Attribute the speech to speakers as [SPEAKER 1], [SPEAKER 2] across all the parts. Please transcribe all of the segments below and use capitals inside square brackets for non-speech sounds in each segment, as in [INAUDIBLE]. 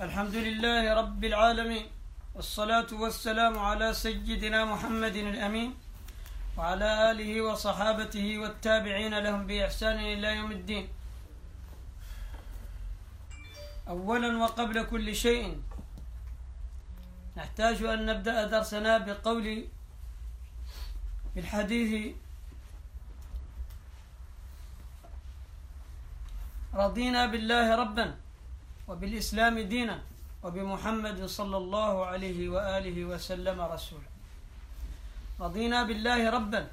[SPEAKER 1] الحمد لله رب العالمين والصلاة والسلام على سيدنا محمد الأمين وعلى آله وصحابته والتابعين لهم بإحسان إلى يوم الدين أولا وقبل كل شيء نحتاج أن نبدأ درسنا بقول بالحديث رضينا بالله ربا وبالإسلام دينا وبمحمد صلى الله عليه وآله وسلم رسولا رضينا بالله ربا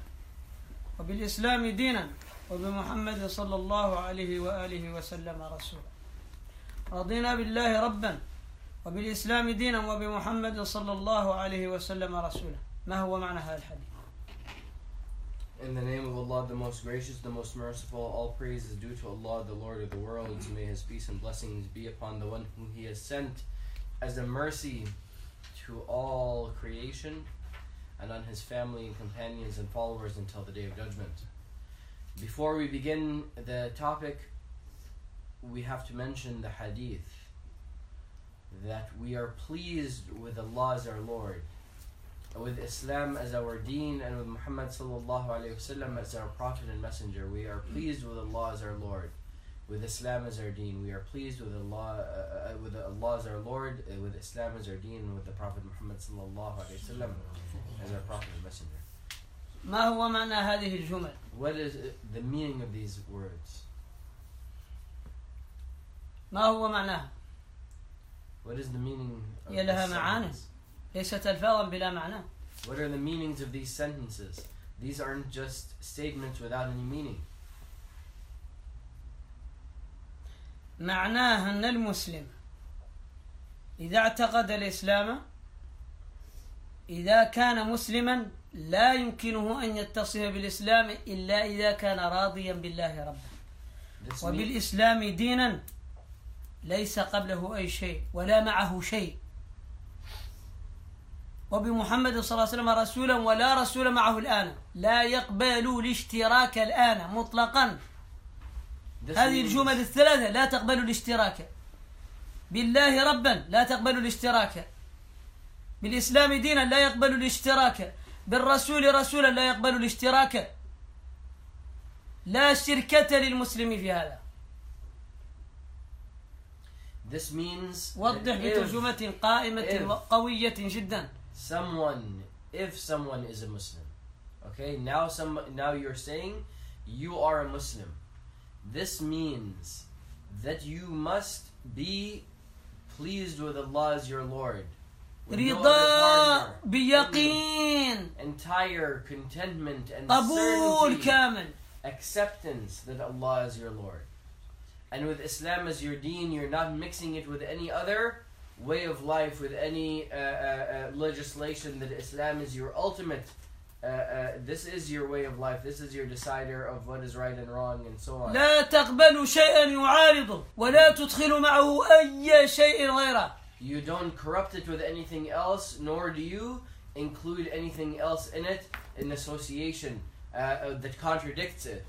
[SPEAKER 1] وبالإسلام دينا وبمحمد صلى الله عليه وآله وسلم رسولا رضينا بالله ربا وبالإسلام دينا وبمحمد صلى الله عليه وسلم رسولا ما هو معنى هذا الحديث
[SPEAKER 2] In the name of Allah, the most gracious, the most merciful, all praise is due to Allah, the Lord of the worlds. May His peace and blessings be upon the one whom He has sent as a mercy to all creation, and on His family and companions and followers until the day of judgment. Before we begin the topic, we have to mention the hadith that we are pleased with Allah as our Lord with Islam as our deen and with Muhammad sallallahu alaihi wasallam as our prophet and messenger. We are pleased with Allah as our Lord, with Islam as our deen. We are pleased with Allah, uh, uh, with Allah as our Lord, uh, with Islam as our deen, and with the Prophet Muhammad sallallahu alaihi wasallam as our prophet and messenger.
[SPEAKER 1] ما هو معنى هذه الجمل
[SPEAKER 2] What is uh, the meaning of these words?
[SPEAKER 1] ما هو معناها
[SPEAKER 2] What is the meaning? Of
[SPEAKER 1] يا لها
[SPEAKER 2] this
[SPEAKER 1] معاني.
[SPEAKER 2] sentence?
[SPEAKER 1] ليست ألفاظا بلا معنى
[SPEAKER 2] What are the meanings of these sentences? These aren't just statements without any meaning.
[SPEAKER 1] معناها أن المسلم إذا اعتقد الإسلام إذا كان مسلما لا يمكنه أن يتصف بالإسلام إلا إذا كان راضيا بالله ربا
[SPEAKER 2] This mean-
[SPEAKER 1] وبالإسلام دينا ليس قبله أي شيء ولا معه شيء وبمحمد صلى الله عليه وسلم رسولا ولا رسول معه الآن لا يقبل الاشتراك الآن مطلقا
[SPEAKER 2] this
[SPEAKER 1] هذه
[SPEAKER 2] means-
[SPEAKER 1] الجمل الثلاثة لا تقبل الاشتراك بالله ربا لا تقبل الاشتراك بالإسلام دينا لا يقبل الاشتراك بالرسول رسولا لا يقبل الاشتراك لا شركة للمسلم في هذا
[SPEAKER 2] This means that
[SPEAKER 1] وضح
[SPEAKER 2] if-
[SPEAKER 1] بترجمة قائمة
[SPEAKER 2] if-
[SPEAKER 1] وقوية جدا
[SPEAKER 2] someone if someone is a muslim okay now some now you're saying you are a muslim this means that you must be pleased with allah as your lord with no other
[SPEAKER 1] رضا
[SPEAKER 2] partner.
[SPEAKER 1] بيقين
[SPEAKER 2] إيه. entire contentment and
[SPEAKER 1] قبول
[SPEAKER 2] certainty,
[SPEAKER 1] كامل
[SPEAKER 2] acceptance that allah is your lord and with islam as your deen you're not mixing it with any other way of life with any uh, uh, uh, legislation that Islam is your ultimate. Uh, uh, this is your way of life. This is your decider of what is right and wrong and so on.
[SPEAKER 1] لا تقبل شيئا يعارضه ولا تدخل معه أي شيء غيره
[SPEAKER 2] You don't corrupt it with anything else, nor do you include anything else in it in association uh, uh, that contradicts it.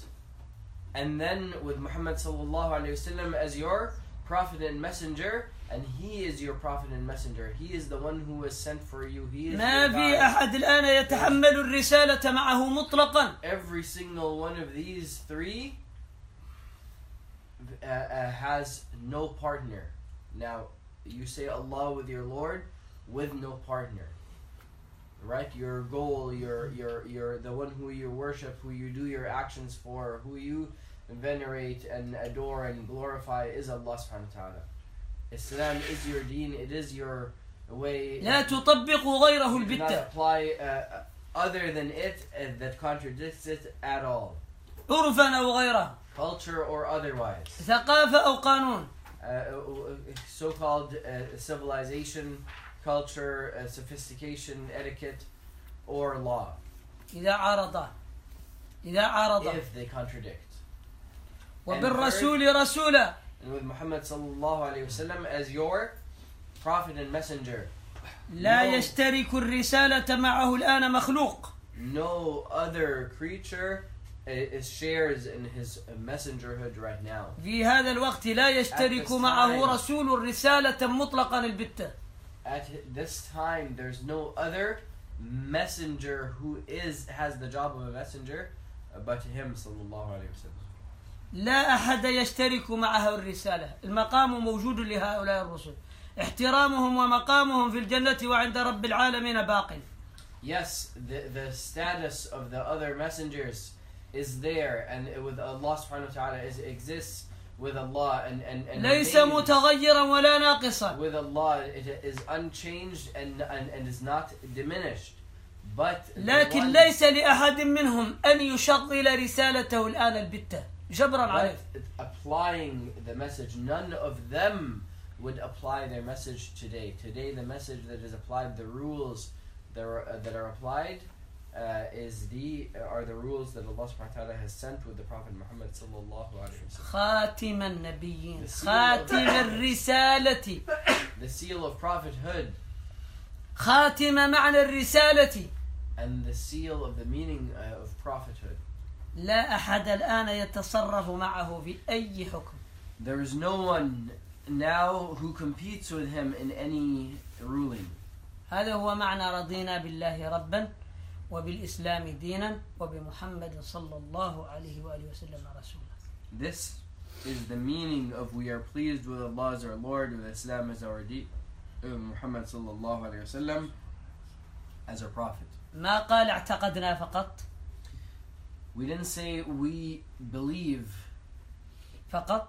[SPEAKER 2] And then with Muhammad sallallahu alaihi wasallam as your prophet and messenger, and he is your prophet and messenger. He is the one who was sent for you. He is
[SPEAKER 1] ما
[SPEAKER 2] your
[SPEAKER 1] في
[SPEAKER 2] guide.
[SPEAKER 1] أحد الآن يتحمل الرسالة معه مطلقا
[SPEAKER 2] every single one of these three uh, uh, has no partner. Now, you say Allah with your Lord with no partner. Right? Your goal, your your your the one who you worship, who you do your actions for, who you venerate and adore and glorify is Allah subhanahu wa ta'ala. Islam is your deen, it is your way
[SPEAKER 1] لا تطبق غيره
[SPEAKER 2] you do not
[SPEAKER 1] البتة
[SPEAKER 2] apply uh, other than it uh, that contradicts it at all,
[SPEAKER 1] عرفا أو غيره
[SPEAKER 2] culture or otherwise.
[SPEAKER 1] ثقافة أو قانون
[SPEAKER 2] Uh, uh, so-called uh, civilization, culture, uh, sophistication, etiquette, or law,
[SPEAKER 1] إذا عارضا إذا عارضا
[SPEAKER 2] if they contradict.
[SPEAKER 1] وبالرسول رسولا
[SPEAKER 2] And with Muhammad sallallahu alaihi wasallam as your prophet and messenger,
[SPEAKER 1] لا
[SPEAKER 2] No.
[SPEAKER 1] يشترك الرسالة معه الآن مخلوق
[SPEAKER 2] no other creature it shares in his messengerhood right now.
[SPEAKER 1] في هذا الوقت لا يشترك معه رسول رسالة مطلقا البتة
[SPEAKER 2] At hi- this time, there's no other messenger who is has the job of a messenger uh, but him, sallallahu alaihi wasallam.
[SPEAKER 1] لا أحد يشترك معه الرسالة المقام موجود لهؤلاء الرسل احترامهم ومقامهم في الجنة وعند رب العالمين باق
[SPEAKER 2] Yes, the the status of the other messengers is there, and it- with Allah subhanahu wa taala is exists with Allah and and, and
[SPEAKER 1] ليس
[SPEAKER 2] remains
[SPEAKER 1] متغيرا ولا ناقصا
[SPEAKER 2] with Allah. It is unchanged and and, and is not diminished. But the
[SPEAKER 1] لكن
[SPEAKER 2] one-
[SPEAKER 1] ليس لأحد منهم أن يشغل رسالته الآن البتة جبرا
[SPEAKER 2] but
[SPEAKER 1] عليه
[SPEAKER 2] applying the message, none of them would apply their message today. Today, the message that is applied, the rules that are, uh, that are applied, uh, is the are the rules that Allah Subhanahu wa Taala has sent with the Prophet Muhammad sallallahu alaihi wasallam.
[SPEAKER 1] خاتم النبيين خاتم الرسالة
[SPEAKER 2] The seal of prophethood
[SPEAKER 1] خاتم معنى الرسالة
[SPEAKER 2] and the seal of the meaning uh, of prophethood.
[SPEAKER 1] لا أحد الآن يتصرف معه في أي حكم
[SPEAKER 2] There is no one now who competes with him in any ruling.
[SPEAKER 1] هذا هو معنى رضينا بالله ربا وبالإسلام دينا وبمحمد صلى الله عليه وآله وسلم رسولا
[SPEAKER 2] This is the meaning of we are pleased with Allah as our Lord, with Islam as our deed, with Muhammad sallallahu alayhi wasallam as our prophet.
[SPEAKER 1] ما قال اعتقدنا فقط
[SPEAKER 2] We didn't say we believe,
[SPEAKER 1] فقط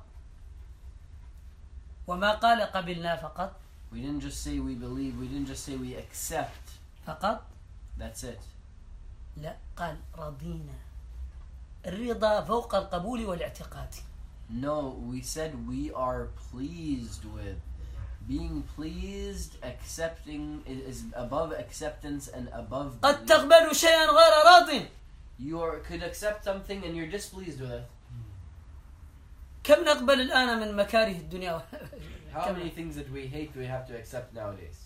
[SPEAKER 1] وما قال قبلنا فقط
[SPEAKER 2] we didn't just say we believe, we didn't just say we accept.
[SPEAKER 1] فقط
[SPEAKER 2] That's it.
[SPEAKER 1] لا قال رضينا الرضا فوق القبول والاعتقاد
[SPEAKER 2] No, we said we are pleased with. Being pleased, accepting i- is above acceptance and above.
[SPEAKER 1] قد
[SPEAKER 2] belief.
[SPEAKER 1] تقبل شيئا غير راض
[SPEAKER 2] You are, could accept something and you're displeased with it.
[SPEAKER 1] كم نقبل الآن من مكاره الدنيا [LAUGHS]
[SPEAKER 2] How
[SPEAKER 1] كم-
[SPEAKER 2] many things that we hate do we have to accept nowadays?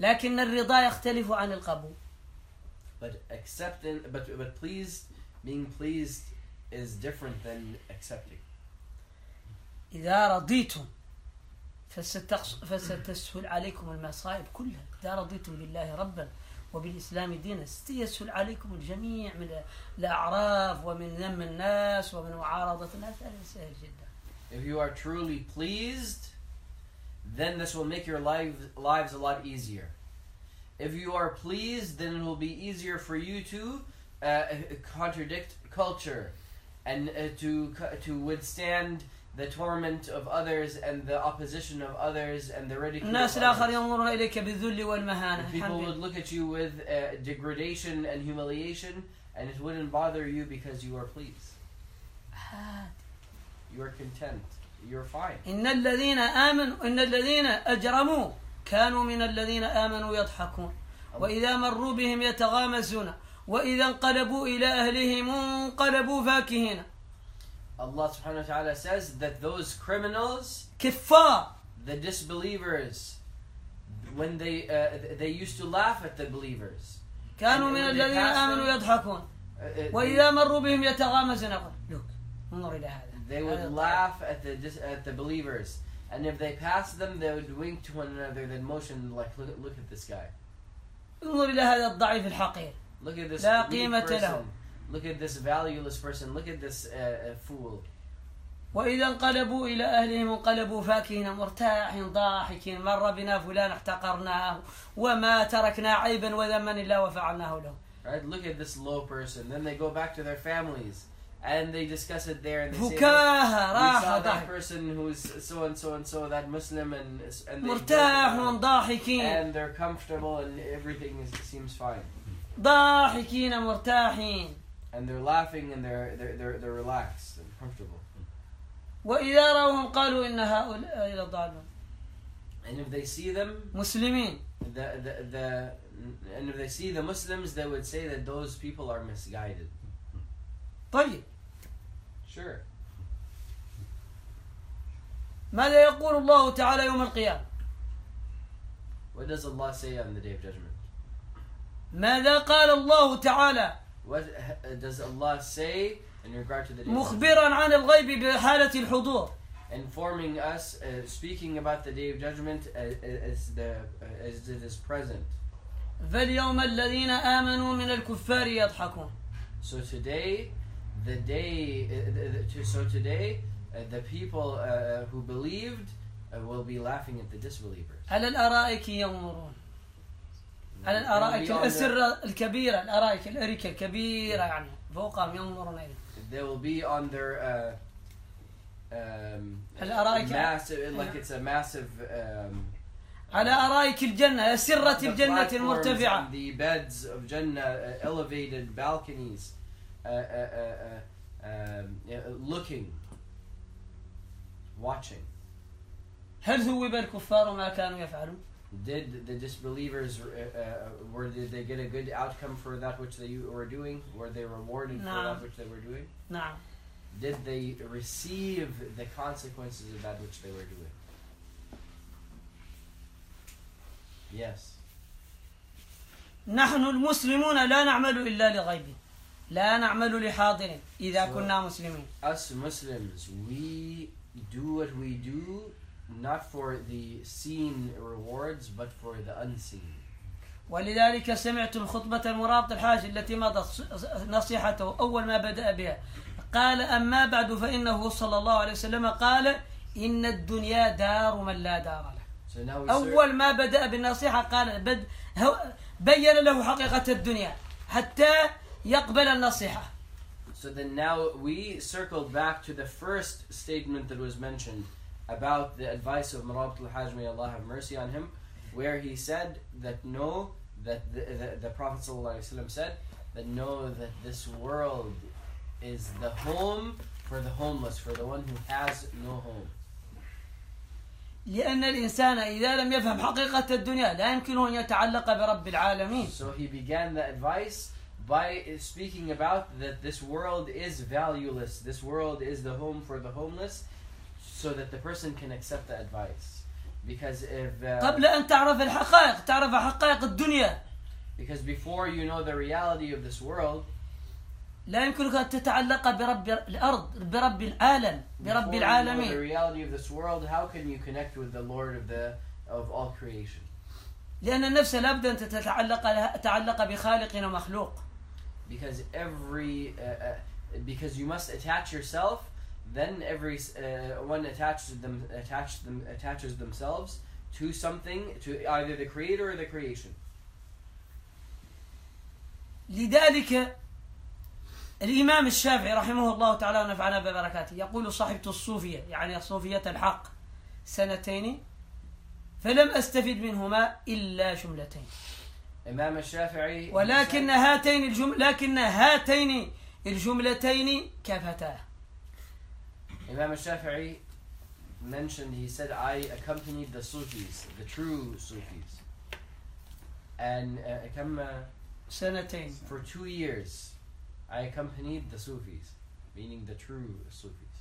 [SPEAKER 1] لكن الرضا يختلف عن القبول
[SPEAKER 2] But accepting, but but pleased, being pleased is different than accepting.
[SPEAKER 1] إذا رضيتم فستقص- فستسهل عليكم المصائب كلها إذا رضيتم بالله ربا وبالإسلام دينا سيسهل عليكم الجميع من الأعراف ومن ذم الناس ومن معارضة الناس هذا سهل جدا
[SPEAKER 2] If you are truly pleased, then this will make your lives lives a lot easier. If you are pleased, then it will be easier for you to uh, contradict culture and uh, to co- to withstand the torment of others and the opposition of others and the ridicule. of
[SPEAKER 1] الناس الآخر
[SPEAKER 2] others.
[SPEAKER 1] ينظرون إليك بالذل والمهانة
[SPEAKER 2] And people
[SPEAKER 1] الحمد
[SPEAKER 2] would
[SPEAKER 1] لله.
[SPEAKER 2] look at you with uh, degradation and humiliation, and it wouldn't bother you because you are [SIGHS] pleased. You are content. You're fine.
[SPEAKER 1] إن الذين آمنوا إن الذين أجرموا كانوا من الذين آمنوا يضحكون وإذا مروا بهم يتغامزون وإذا انقلبوا إلى أهلهم انقلبوا فاكهين
[SPEAKER 2] Allah subhanahu wa ta'ala says that those criminals,
[SPEAKER 1] كفار
[SPEAKER 2] the disbelievers, when they uh, th- they used to laugh at the believers.
[SPEAKER 1] كانوا من الذين آمنوا يضحكون
[SPEAKER 2] Uh, uh,
[SPEAKER 1] وإذا مروا بهم يتغامزون يقول لوك انظر إلى هذا
[SPEAKER 2] they,
[SPEAKER 1] هذا
[SPEAKER 2] they would
[SPEAKER 1] الطفل.
[SPEAKER 2] laugh at the dis- at the believers, and if they passed them, they would wink to one another, then motion like, look, look at this guy.
[SPEAKER 1] انظر إلى هذا الضعيف الحقير
[SPEAKER 2] Look at this
[SPEAKER 1] لا
[SPEAKER 2] weak
[SPEAKER 1] قيمة له.
[SPEAKER 2] person. Look at this valueless person. Look at this uh, uh, fool.
[SPEAKER 1] وإذا انقلبوا إلى أهلهم انقلبوا فاكهين مرتاحين ضاحكين مر بنا فلان احتقرناه وما تركنا عيبا وذما إلا وفعلناه له
[SPEAKER 2] Right? Look at this low person. Then they go back to their families and they discuss it there and they say, "Look,
[SPEAKER 1] فكاهة
[SPEAKER 2] we
[SPEAKER 1] راحة
[SPEAKER 2] saw that
[SPEAKER 1] ضحك
[SPEAKER 2] person who's so and so and so that Muslim and and they joke
[SPEAKER 1] مرتاحون
[SPEAKER 2] about it.
[SPEAKER 1] ضاحكين
[SPEAKER 2] and they're comfortable and everything is, seems fine
[SPEAKER 1] ضاحكين مرتاحين
[SPEAKER 2] and they're laughing and they're they're they're, they're relaxed and comfortable.
[SPEAKER 1] وإذا رأوهم قالوا إن هؤلاء لضالون
[SPEAKER 2] And if they see them,
[SPEAKER 1] مسلمين
[SPEAKER 2] the, the the and if they see the Muslims, they would say that those people are misguided.
[SPEAKER 1] طيب
[SPEAKER 2] Sure.
[SPEAKER 1] ماذا يقول الله تعالى يوم القيامة
[SPEAKER 2] What does Allah say on the Day of Judgment?
[SPEAKER 1] ماذا قال الله تعالى
[SPEAKER 2] What uh, does Allah say in regard to the day? of judgment?
[SPEAKER 1] مخبرا عن الغيب بحالة الحضور
[SPEAKER 2] Informing us, uh, speaking about the day of judgment uh, as the as it is present.
[SPEAKER 1] فاليوم الذين آمنوا من الكفار يضحكون
[SPEAKER 2] So today, the day. Uh, the, the, so today, uh, the people uh, who believed uh, will be laughing at the disbelievers.
[SPEAKER 1] على الأرائك ينظرون على
[SPEAKER 2] They'll be
[SPEAKER 1] الأرائك
[SPEAKER 2] on their-
[SPEAKER 1] الأسرة الكبيرة الأرائك الأريكة الكبيرة يعني فوقهم ينظرون إليه
[SPEAKER 2] They will be on their uh, um,
[SPEAKER 1] الأرائك-
[SPEAKER 2] massive, like it's a massive. Um,
[SPEAKER 1] على أرائك الجنة أسرة
[SPEAKER 2] the
[SPEAKER 1] الجنة
[SPEAKER 2] platforms
[SPEAKER 1] المرتفعة
[SPEAKER 2] and The beds of Jannah, uh, elevated balconies, uh, uh, uh, uh, um, yeah, uh, looking, watching.
[SPEAKER 1] هل ثوب الكفار ما كانوا يفعلون
[SPEAKER 2] Did the disbelievers uh, uh, were did they get a good outcome for that which they were doing? Were they rewarded for
[SPEAKER 1] No.
[SPEAKER 2] that which they were doing?
[SPEAKER 1] نعم
[SPEAKER 2] Did they receive the consequences of that which they were doing? Yes.
[SPEAKER 1] نحن المسلمون لا نعمل إلا لغيب لا نعمل لحاضر إذا
[SPEAKER 2] So-
[SPEAKER 1] كنا مسلمين
[SPEAKER 2] us Muslims, we do what we do not for the seen rewards, but for the unseen.
[SPEAKER 1] ولذلك سمعت الخطبة المرابط الحاج التي مضت نصيحته أول ما بدأ بها قال أما بعد فإنه صلى الله عليه وسلم قال إن الدنيا دار من لا دار له
[SPEAKER 2] So now we cer-
[SPEAKER 1] أول ما بدأ بالنصيحة قال بد هو بين له حقيقة الدنيا حتى يقبل النصيحة
[SPEAKER 2] so then now we circled back to the first statement that was mentioned about the advice of Murabat al-Hajj, may Allah have mercy on him, where he said that no, that the, the, the Prophet ﷺ said that no, that this world is the home for the homeless, for the one who has no home.
[SPEAKER 1] لأن الإنسان إذا لم يفهم حقيقة الدنيا لا يمكنه أن يتعلق برب العالمين
[SPEAKER 2] So he began the advice by speaking about that this world is valueless. This world is the home for the homeless, so that the person can accept the advice. Because if uh,
[SPEAKER 1] قبل أن تعرف الحقائق تعرف حقائق الدنيا
[SPEAKER 2] because before you know the reality of this world,
[SPEAKER 1] لا يمكنك أن تتعلق برب الأرض برب العالم برب
[SPEAKER 2] before you know the
[SPEAKER 1] العالمين
[SPEAKER 2] reality of this world, how can you connect with the Lord of the of all creation?
[SPEAKER 1] لأن النفس لابد أن تتعلق لها- تتعلق بخالق ومخلوق
[SPEAKER 2] Because every uh, uh, because you must attach yourself. Then every uh, one attaches them attach them attaches themselves to something to either the creator or the creation.
[SPEAKER 1] لذلك الإمام الشافعي رحمه الله تعالى ونفعنا ببركاته يقول صاحبة الصوفية يعني صوفية الحق سنتين فلم أستفد منهما إلا جملتين
[SPEAKER 2] Imam al-Shafi'i. he
[SPEAKER 1] ولكن
[SPEAKER 2] said-
[SPEAKER 1] هاتين الجم... لكن هاتين الجملتين كفتاه
[SPEAKER 2] Imam al-Shafi'i mentioned he said I accompanied the Sufis, the true Sufis, and uh, كم-
[SPEAKER 1] سنتين
[SPEAKER 2] for two years, I accompanied the Sufis, meaning the true Sufis.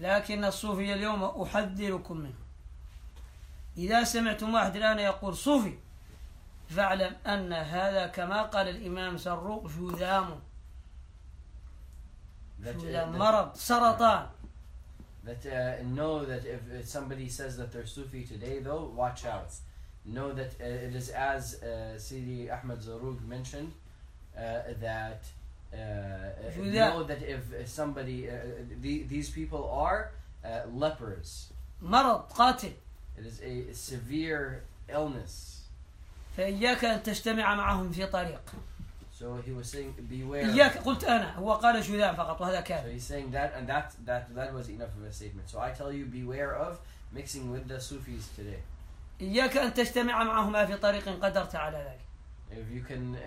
[SPEAKER 1] لكن الصوفي اليوم أحذركم منه إذا سمعتم واحد الآن يقول صوفي فاعلم أن هذا كما قال الإمام زروق جذام
[SPEAKER 2] That, uh,
[SPEAKER 1] جذام
[SPEAKER 2] that-
[SPEAKER 1] مرض سرطان
[SPEAKER 2] That uh, know that if, if somebody says that they're Sufi today, though, watch out. Know that uh, it is as uh, Sidi Ahmed Zarug mentioned uh, that uh, uh,
[SPEAKER 1] Who that?
[SPEAKER 2] know that if if somebody uh, the, these people are uh, lepers,
[SPEAKER 1] مرض قاتل
[SPEAKER 2] it is a severe illness.
[SPEAKER 1] فإياك أن تجتمع معهم في طريق
[SPEAKER 2] So he was saying, beware.
[SPEAKER 1] إياك قلت أنا هو قال جذام فقط وهذا
[SPEAKER 2] So
[SPEAKER 1] كافر
[SPEAKER 2] he's saying that, and that that that was enough of a statement. So I tell you, beware of mixing with the Sufis today.
[SPEAKER 1] إياك أن تجتمع معهما في طريق قدرت على ذلك
[SPEAKER 2] If you can uh, uh,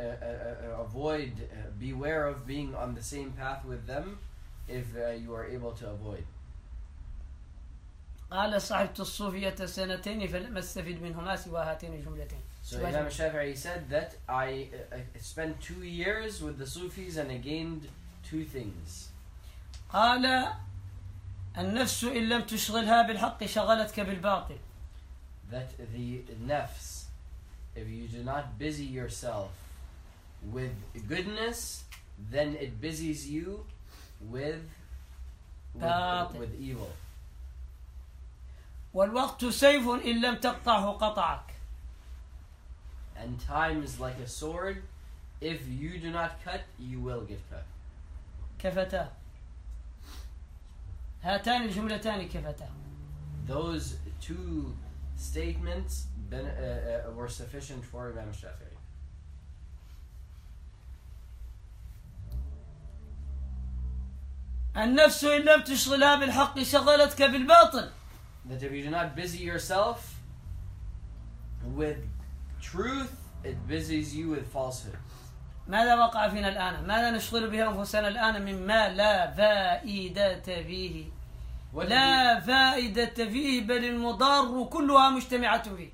[SPEAKER 2] uh, avoid, uh, beware of being on the same path with them if uh, you are able to avoid.
[SPEAKER 1] قال صاحبة الصوفية سنتين فلم أستفد منهما سوى هاتين الجملتين
[SPEAKER 2] So
[SPEAKER 1] Right.
[SPEAKER 2] Imam Shafi'i said that I uh, uh, spent two years with the Sufis and I gained two things.
[SPEAKER 1] قال النفس إن لم تشغلها بالحق شغلتك بالباطل
[SPEAKER 2] That the nafs, if you do not busy yourself with goodness, then it busies you with with,
[SPEAKER 1] باطل.
[SPEAKER 2] with evil.
[SPEAKER 1] والوقت سيف إن لم تقطعه قطعك
[SPEAKER 2] And time is like a sword. If you do not cut, you will get cut.
[SPEAKER 1] كفتاه هاتان الجملتان كفتاه
[SPEAKER 2] Those two statements ben, uh, uh, were sufficient for Imam Shafi'i.
[SPEAKER 1] النفس إن لم تشغلها بالحق شغلتك بالباطل
[SPEAKER 2] That if you do not busy yourself with truth, it busies you with falsehood.
[SPEAKER 1] ماذا وقع فينا الآن ماذا نشغل به أنفسنا الآن مما لا فائدة فيه
[SPEAKER 2] What do,
[SPEAKER 1] لا فائدة فيه بل المضار كلها مجتمعة فيه
[SPEAKER 2] we-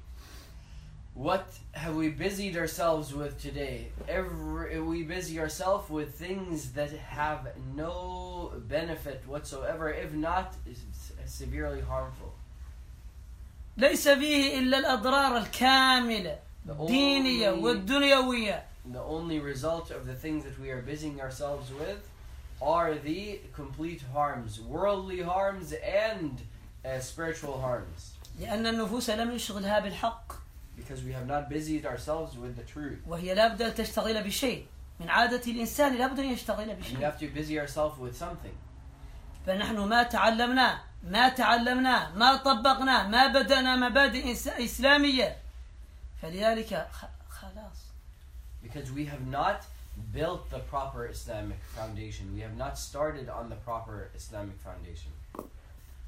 [SPEAKER 2] what have we busied ourselves with today? Every, we busy ourselves with things that have no benefit whatsoever, if not is severely harmful.
[SPEAKER 1] ليس فيه إلا الأضرار الكاملة
[SPEAKER 2] The
[SPEAKER 1] الدينية
[SPEAKER 2] only-
[SPEAKER 1] والدنيوية
[SPEAKER 2] The only result of the things that we are busying ourselves with are the complete harms, worldly harms and uh, spiritual harms,
[SPEAKER 1] لأن النفوس لم يشغلها بالحق
[SPEAKER 2] because we have not busied ourselves with the truth.
[SPEAKER 1] وهي لابد أن تشتغل بشيء من عادة الإنسان لابد أن يشتغل
[SPEAKER 2] We
[SPEAKER 1] بشيء
[SPEAKER 2] have to busy ourselves with something.
[SPEAKER 1] فنحن ما تعلمناه ما تعلمناه ما طبقناه ما بدأنا مبادئ إنس- إسلامية فلذلك خ- خلاص
[SPEAKER 2] because we have not built the proper Islamic foundation. We have not started on the proper Islamic foundation.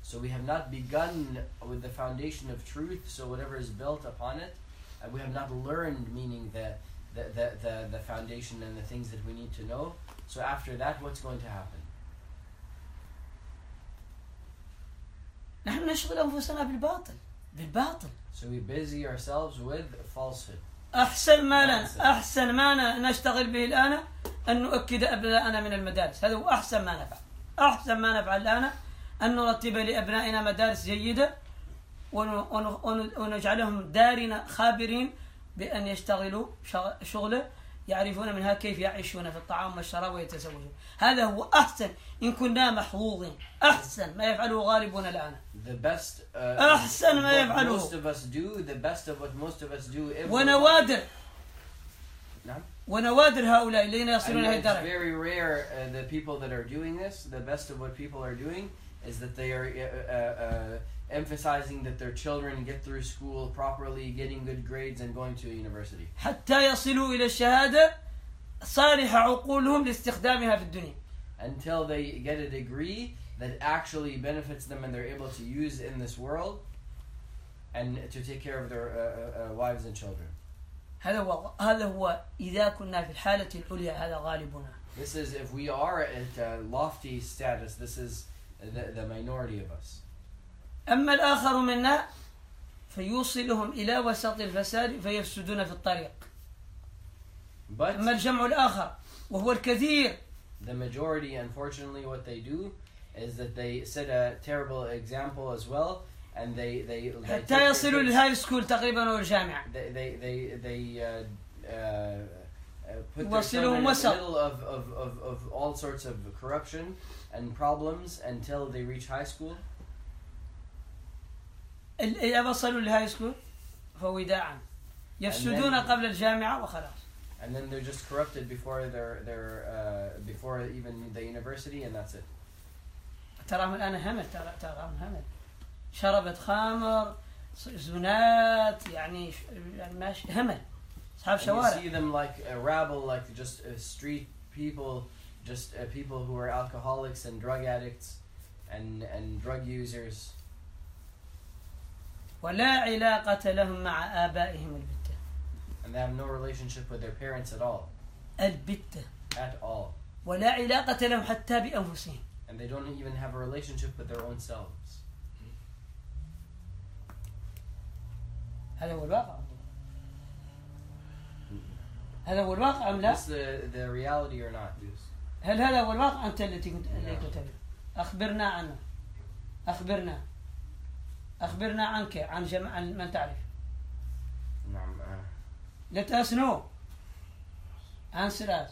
[SPEAKER 2] So we have not begun with the foundation of truth. So whatever is built upon it, and we have not learned, meaning the the, the, the the foundation and the things that we need to know. So after that, what's going to happen?
[SPEAKER 1] نحن نشغل أنفسنا بالباطل بالباطل
[SPEAKER 2] So we busy ourselves with falsehood.
[SPEAKER 1] أحسن ما لنا أحسن ما ن- نشتغل به الآن أن نؤكد أبناءنا من المدارس هذا هو أحسن ما نفعل أحسن ما نفعل الآن أن نرتب لأبنائنا مدارس جيدة ون- ون- ون- ونجعلهم دارنا خابرين بأن يشتغلوا شغ- شغلة يعرفون منها كيف يعيشون في الطعام والشراب ويتزوجون هذا هو أحسن إن كنا محظوظين أحسن ما يفعله غالبنا الآن
[SPEAKER 2] The best. Uh,
[SPEAKER 1] أحسن ما
[SPEAKER 2] what
[SPEAKER 1] يفعله.
[SPEAKER 2] most of us do. The best of what most of us do. If we're-
[SPEAKER 1] ونوادر
[SPEAKER 2] نعم.
[SPEAKER 1] ونوادر هؤلاء الذين
[SPEAKER 2] I
[SPEAKER 1] يصلون
[SPEAKER 2] mean,
[SPEAKER 1] إلى
[SPEAKER 2] it's
[SPEAKER 1] الدرجة
[SPEAKER 2] very rare uh, the people that are doing this. The best of what people are doing is that they are uh, uh, uh, emphasizing that their children get through school properly, getting good grades, and going to university.
[SPEAKER 1] حتى يصلوا إلى الشهادة صالح عقولهم لاستخدامها في الدنيا
[SPEAKER 2] Until they get a degree that actually benefits them and they're able to use in this world, and to take care of their uh, uh, uh, wives and children.
[SPEAKER 1] هذا هو هذا هو إذا كنا في الحالة العليا هذا غالبنا
[SPEAKER 2] This is if we are at a lofty status. This is the, the minority of us.
[SPEAKER 1] أما الآخر منا فيوصلهم إلى وسط الفساد فيفسدون في الطريق
[SPEAKER 2] But
[SPEAKER 1] أما الجمع الآخر وهو الكثير
[SPEAKER 2] the majority, unfortunately, what they do is that they set a terrible example as well, and they they they take
[SPEAKER 1] حتى
[SPEAKER 2] their
[SPEAKER 1] يصلوا
[SPEAKER 2] kids-
[SPEAKER 1] للهاي سكول تقريبا والجامعة
[SPEAKER 2] they they they, they uh, uh, uh, put their
[SPEAKER 1] يوصلهم
[SPEAKER 2] children in the
[SPEAKER 1] وسط.
[SPEAKER 2] middle of, of, of, of all sorts of corruption and problems until they reach high school.
[SPEAKER 1] ال- إذا وصلوا للهاي سكول فهو وداعا يفسدون قبل الجامعة وخلاص
[SPEAKER 2] And then they're just corrupted before their their uh, before even the university, and that's it.
[SPEAKER 1] تراهم الان همل ترى تراهم همل شربت خمر ص- زنات يعني ش- يعني ماشي همل اصحاب
[SPEAKER 2] And you
[SPEAKER 1] شوارع
[SPEAKER 2] see them like a rabble, like just uh, street people, just uh, people who are alcoholics and drug addicts, and and drug users.
[SPEAKER 1] ولا علاقة لهم مع آبائهم البتة
[SPEAKER 2] And they have no relationship with their parents at all,
[SPEAKER 1] البتة
[SPEAKER 2] at all.
[SPEAKER 1] ولا علاقة لهم حتى بأنفسهم
[SPEAKER 2] And they don't even have a relationship with their own selves.
[SPEAKER 1] هذا هو الواقع هذا هو الواقع أم لا؟
[SPEAKER 2] Is the the reality or not? Yes.
[SPEAKER 1] هل هذا هو الواقع أنت التي كنت اللي كنت به؟ أخبرنا عنه أخبرنا أخبرنا عنك عن جمع عن من تعرف
[SPEAKER 2] نعم. آه.
[SPEAKER 1] Let us know. Answer us.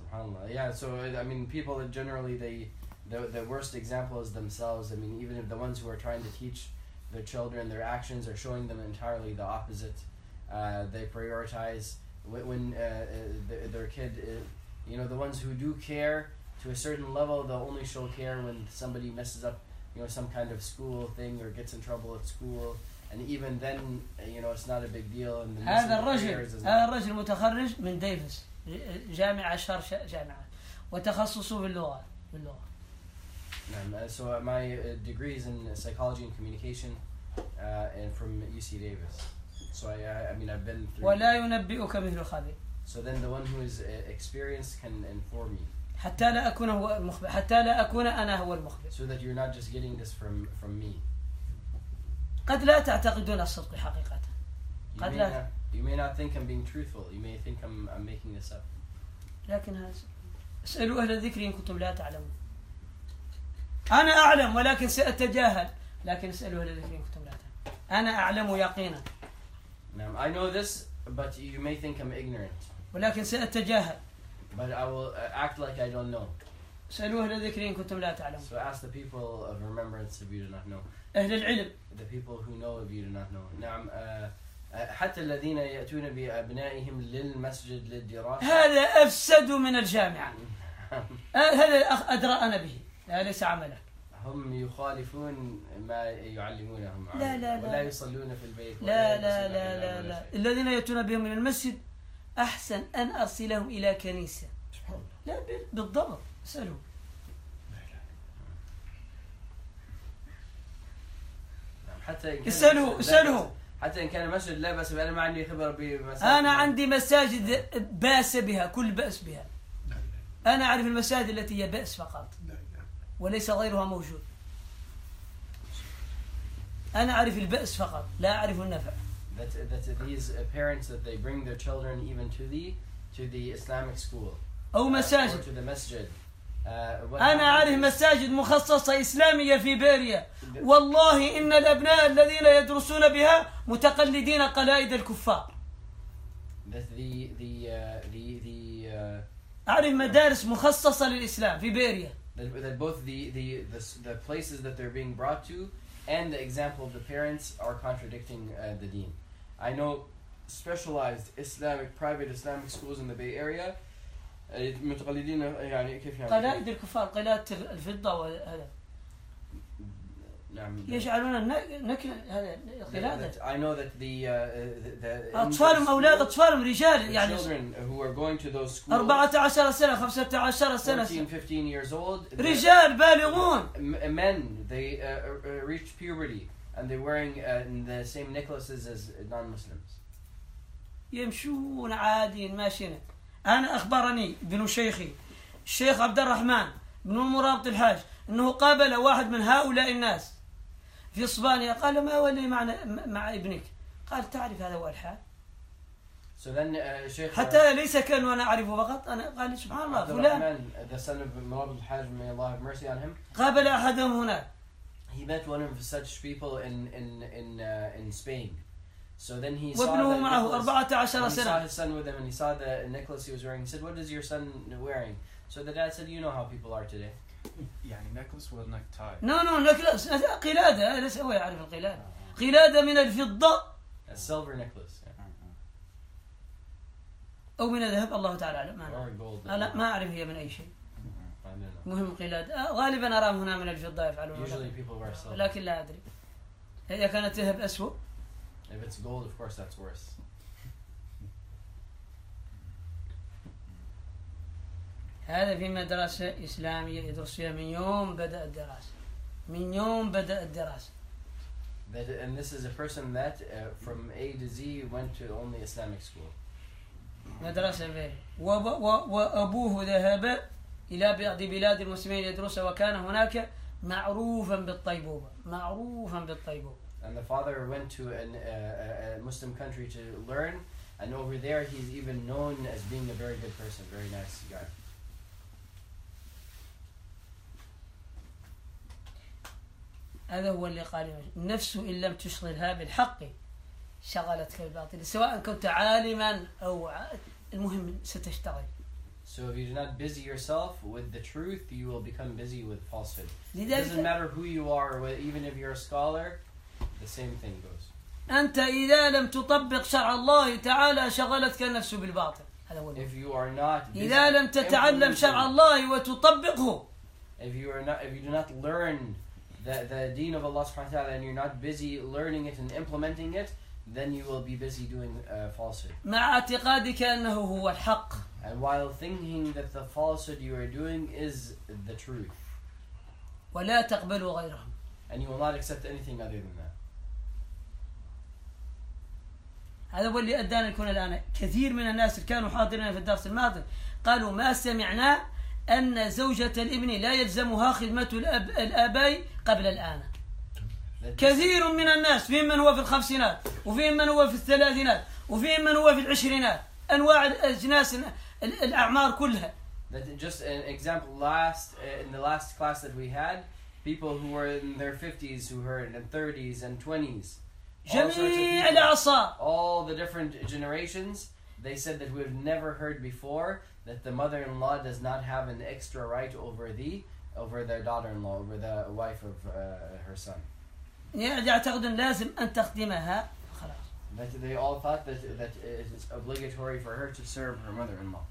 [SPEAKER 2] Subhanallah. Yeah. So I- I mean, people that generally they the the worst example is themselves. I mean, even if the ones who are trying to teach their children, their actions are showing them entirely the opposite. Uh, they prioritize when, when uh, uh, their, their kid, uh, you know, the ones who do care to a certain level, they'll only show care when somebody messes up, you know, some kind of school thing or gets in trouble at school. And even then, uh, you know, it's not a big deal. And the missing
[SPEAKER 1] هذا الرجل
[SPEAKER 2] prayers is
[SPEAKER 1] هذا الرجل متخرج من ديفيس جامعة شهر جامعة وتخصصه باللغة باللغة
[SPEAKER 2] Um, uh, so uh, my uh, degree is in psychology and communication, uh, and from UC Davis. So I, I, I mean, I've been through.
[SPEAKER 1] ولا ينبئك مثل خبير
[SPEAKER 2] So then the one who is uh, experienced can inform you,
[SPEAKER 1] حتى لا أكون هو المخبر حتى لا أكون أنا هو المخبر
[SPEAKER 2] so that you're not just getting this from from me.
[SPEAKER 1] قد لا تعتقدون الصدق حقيقة
[SPEAKER 2] You
[SPEAKER 1] قد
[SPEAKER 2] may
[SPEAKER 1] لا.
[SPEAKER 2] not, you may not think I'm being truthful. You may think I'm I'm making this up.
[SPEAKER 1] لكن هذا اسألوا أهل الذكر إن كنتم لا تعلمون أنا أعلم ولكن سأتجاهل لكن اسألوا أهل الذكر إن كنتم لا تعلمون أنا أعلم يقينا
[SPEAKER 2] Now I know this, but you may think I'm ignorant.
[SPEAKER 1] ولكن سأتجاهل
[SPEAKER 2] But I will uh, act like I don't know.
[SPEAKER 1] اسألوا أهل الذكر إن كنتم لا تعلمون
[SPEAKER 2] So ask the people of remembrance if you do not know.
[SPEAKER 1] أهل العلم
[SPEAKER 2] the people who know of you do not know uh, نعم آه، آه، حتى الذين يأتون بأبنائهم للمسجد للدراسة
[SPEAKER 1] هذا أفسد من الجامعة آه، هذا الأخ أدرى أنا به لا ليس عمله
[SPEAKER 2] هم يخالفون ما يعلمونهم عنه،
[SPEAKER 1] لا، لا، لا.
[SPEAKER 2] ولا يصلون في البيت ولا
[SPEAKER 1] لا لا
[SPEAKER 2] يلبسون
[SPEAKER 1] لا لا
[SPEAKER 2] ثيابا ولا
[SPEAKER 1] لا
[SPEAKER 2] شيء.
[SPEAKER 1] الذين يأتون بهم من المسجد أحسن أن أرسلهم إلى كنيسة
[SPEAKER 2] سبحان الله.
[SPEAKER 1] لا بال- بالضبط اسألوا
[SPEAKER 2] نعم، حتى إن كان
[SPEAKER 1] اسألوا
[SPEAKER 2] المسجد لا
[SPEAKER 1] اسألوا
[SPEAKER 2] بأس- حتى إن كان مسجد لا بأس أنا ما عندي خبرة بمساجد
[SPEAKER 1] أنا عندي مساجد باس بها كل بأس بها أنا أعرف المساجد التي هي بأس فقط وليس غيرها موجود أنا أعرف البأس فقط لا أعرف النفع
[SPEAKER 2] that that these uh, parents that they bring their children even to the to the Islamic school Uh,
[SPEAKER 1] أو
[SPEAKER 2] or
[SPEAKER 1] مساجد
[SPEAKER 2] to the masjid. Uh, what
[SPEAKER 1] أنا أعرف
[SPEAKER 2] happens is-
[SPEAKER 1] مساجد مخصصة إسلامية في بيريا والله إن الأبناء الذين يدرسون بها متقلدين قلائد الكفار
[SPEAKER 2] that the the uh, the the uh,
[SPEAKER 1] أعرف مدارس مخصصة للإسلام في بيريا
[SPEAKER 2] that, that both the, the the s- the places that they're being brought to and the example of the parents are contradicting uh, the dean. I know specialized Islamic private Islamic schools in the Bay Area. uh, متقلدين يعني كيف يعني
[SPEAKER 1] قلائد الكفار قلائد الفضة وهذا
[SPEAKER 2] نعم
[SPEAKER 1] يجعلون الن- نكل هذا
[SPEAKER 2] That-
[SPEAKER 1] قلادة
[SPEAKER 2] that I know that the uh, uh, the, the
[SPEAKER 1] أطفالهم أولاد أطفالهم
[SPEAKER 2] the
[SPEAKER 1] رجال يعني
[SPEAKER 2] children who are going to those schools
[SPEAKER 1] 14 سنة 15
[SPEAKER 2] 14
[SPEAKER 1] سنة
[SPEAKER 2] 15 years old the-
[SPEAKER 1] رجال بالغون
[SPEAKER 2] M- men they uh, uh, uh, reached puberty and they're wearing uh, the same necklaces as non-muslims
[SPEAKER 1] يمشون عادي ماشيين أنا أخبرني ابن شيخي الشيخ عبد الرحمن بن مرابط الحاج أنه قابل واحد من هؤلاء الناس في إسبانيا قال ما ولي معنا مع ابنك قال تعرف هذا هو الحال
[SPEAKER 2] so then uh, Sheikh
[SPEAKER 1] حتى ليس كان وأنا أعرفه فقط أنا قال سبحان الله فلان
[SPEAKER 2] Rahman, uh, the son of Murad al-Hajj may Allah have mercy on him
[SPEAKER 1] قابل أحدهم هناك
[SPEAKER 2] he met one of such people in in in, uh, in Spain so then he saw
[SPEAKER 1] وابنه
[SPEAKER 2] the
[SPEAKER 1] معه
[SPEAKER 2] necklace-
[SPEAKER 1] 14
[SPEAKER 2] he saw
[SPEAKER 1] سنة
[SPEAKER 2] his son with him and he saw the necklace he was wearing he said what is your son wearing so the dad said you know how people are today
[SPEAKER 3] يعني necklace ولا neck tie؟ Uh,
[SPEAKER 1] نو نو نكلاس قلادة ليس هو يعرف القلادة قلادة من الفضة
[SPEAKER 2] a silver necklace yeah.
[SPEAKER 3] uh,
[SPEAKER 1] أو من الذهب الله تعالى أعلم ما
[SPEAKER 2] or
[SPEAKER 1] أعرف.
[SPEAKER 2] gold
[SPEAKER 1] أنا ما أعرف هي من أي شيء
[SPEAKER 2] I don't know.
[SPEAKER 1] مهم قلادة آه، غالبا أراهم هنا من الفضة يفعلون
[SPEAKER 2] usually
[SPEAKER 1] هذا.
[SPEAKER 2] people wear silver
[SPEAKER 1] لكن لا أدري إذا كانت ذهب أسوأ
[SPEAKER 2] If it's gold, of course, that's worse.
[SPEAKER 1] هذا في مدرسة إسلامية يدرس فيها من يوم بدأ الدراسة من يوم بدأ الدراسة
[SPEAKER 2] That, and this is a person that, uh, from A to Z, went to only Islamic school.
[SPEAKER 1] مدرسة بيري وب... و... وأبوه ذهب إلى بعض بلاد المسلمين يدرس وكان هناك معروفا بالطيبوبة معروفا بالطيبوبة
[SPEAKER 2] And the father went to an, uh, a- a Muslim country to learn, and over there, he's even known as being a very good person, very nice guy.
[SPEAKER 1] هذا هو اللي قال النفس إن لم تشغلها بالحق شغلتك بالباطل سواء كنت عالما أو ع... المهم ستشتغل
[SPEAKER 2] So if you do not busy yourself with the truth, you will become busy with falsehood. It doesn't
[SPEAKER 1] لذلك
[SPEAKER 2] matter who you are, wh- even if you're a scholar, the same thing goes.
[SPEAKER 1] أنت إذا لم تطبق شرع الله تعالى شغلتك النفس بالباطل هذا هو المعنى.
[SPEAKER 2] If you are not busy
[SPEAKER 1] إذا لم تتعلم شرع
[SPEAKER 2] implementing-
[SPEAKER 1] الله وتطبقه
[SPEAKER 2] if you are not, if you do not learn the the deen of Allah Subhanahu wa Taala, and you're not busy learning it and implementing it, then you will be busy doing uh, falsehood.
[SPEAKER 1] مع اعتقادك أنه هو الحق
[SPEAKER 2] And while thinking that the falsehood you are doing is the truth,
[SPEAKER 1] ولا تقبل غيره
[SPEAKER 2] and you will not accept anything other than that.
[SPEAKER 1] هذا هو اللي أدانا نكون الآن كثير من الناس اللي كانوا حاضرين في الدرس الماضي قالوا ما سمعنا أن زوجة الابن لا يلزمها خدمة الأب الآباء قبل الآن
[SPEAKER 2] That this-
[SPEAKER 1] كثير من الناس فيهم من هو في الخمسينات وفيهم من هو في الثلاثينات وفيهم من هو في العشرينات أنواع الأجناس ال- الأعمار كلها
[SPEAKER 2] That just an example last uh, in the last class that we had, people who were in their fifties who heard and thirties and twenties, all sorts of
[SPEAKER 1] جميع
[SPEAKER 2] people.
[SPEAKER 1] الأعصاب
[SPEAKER 2] all the different generations. They said that we've never heard before that the mother-in-law does not have an extra right over the over their daughter-in-law, over the wife of uh, her son.
[SPEAKER 1] يعني يعتقدون لازم أن تخدمها خلاص
[SPEAKER 2] That they all thought that that it is obligatory for her to serve her mother-in-law.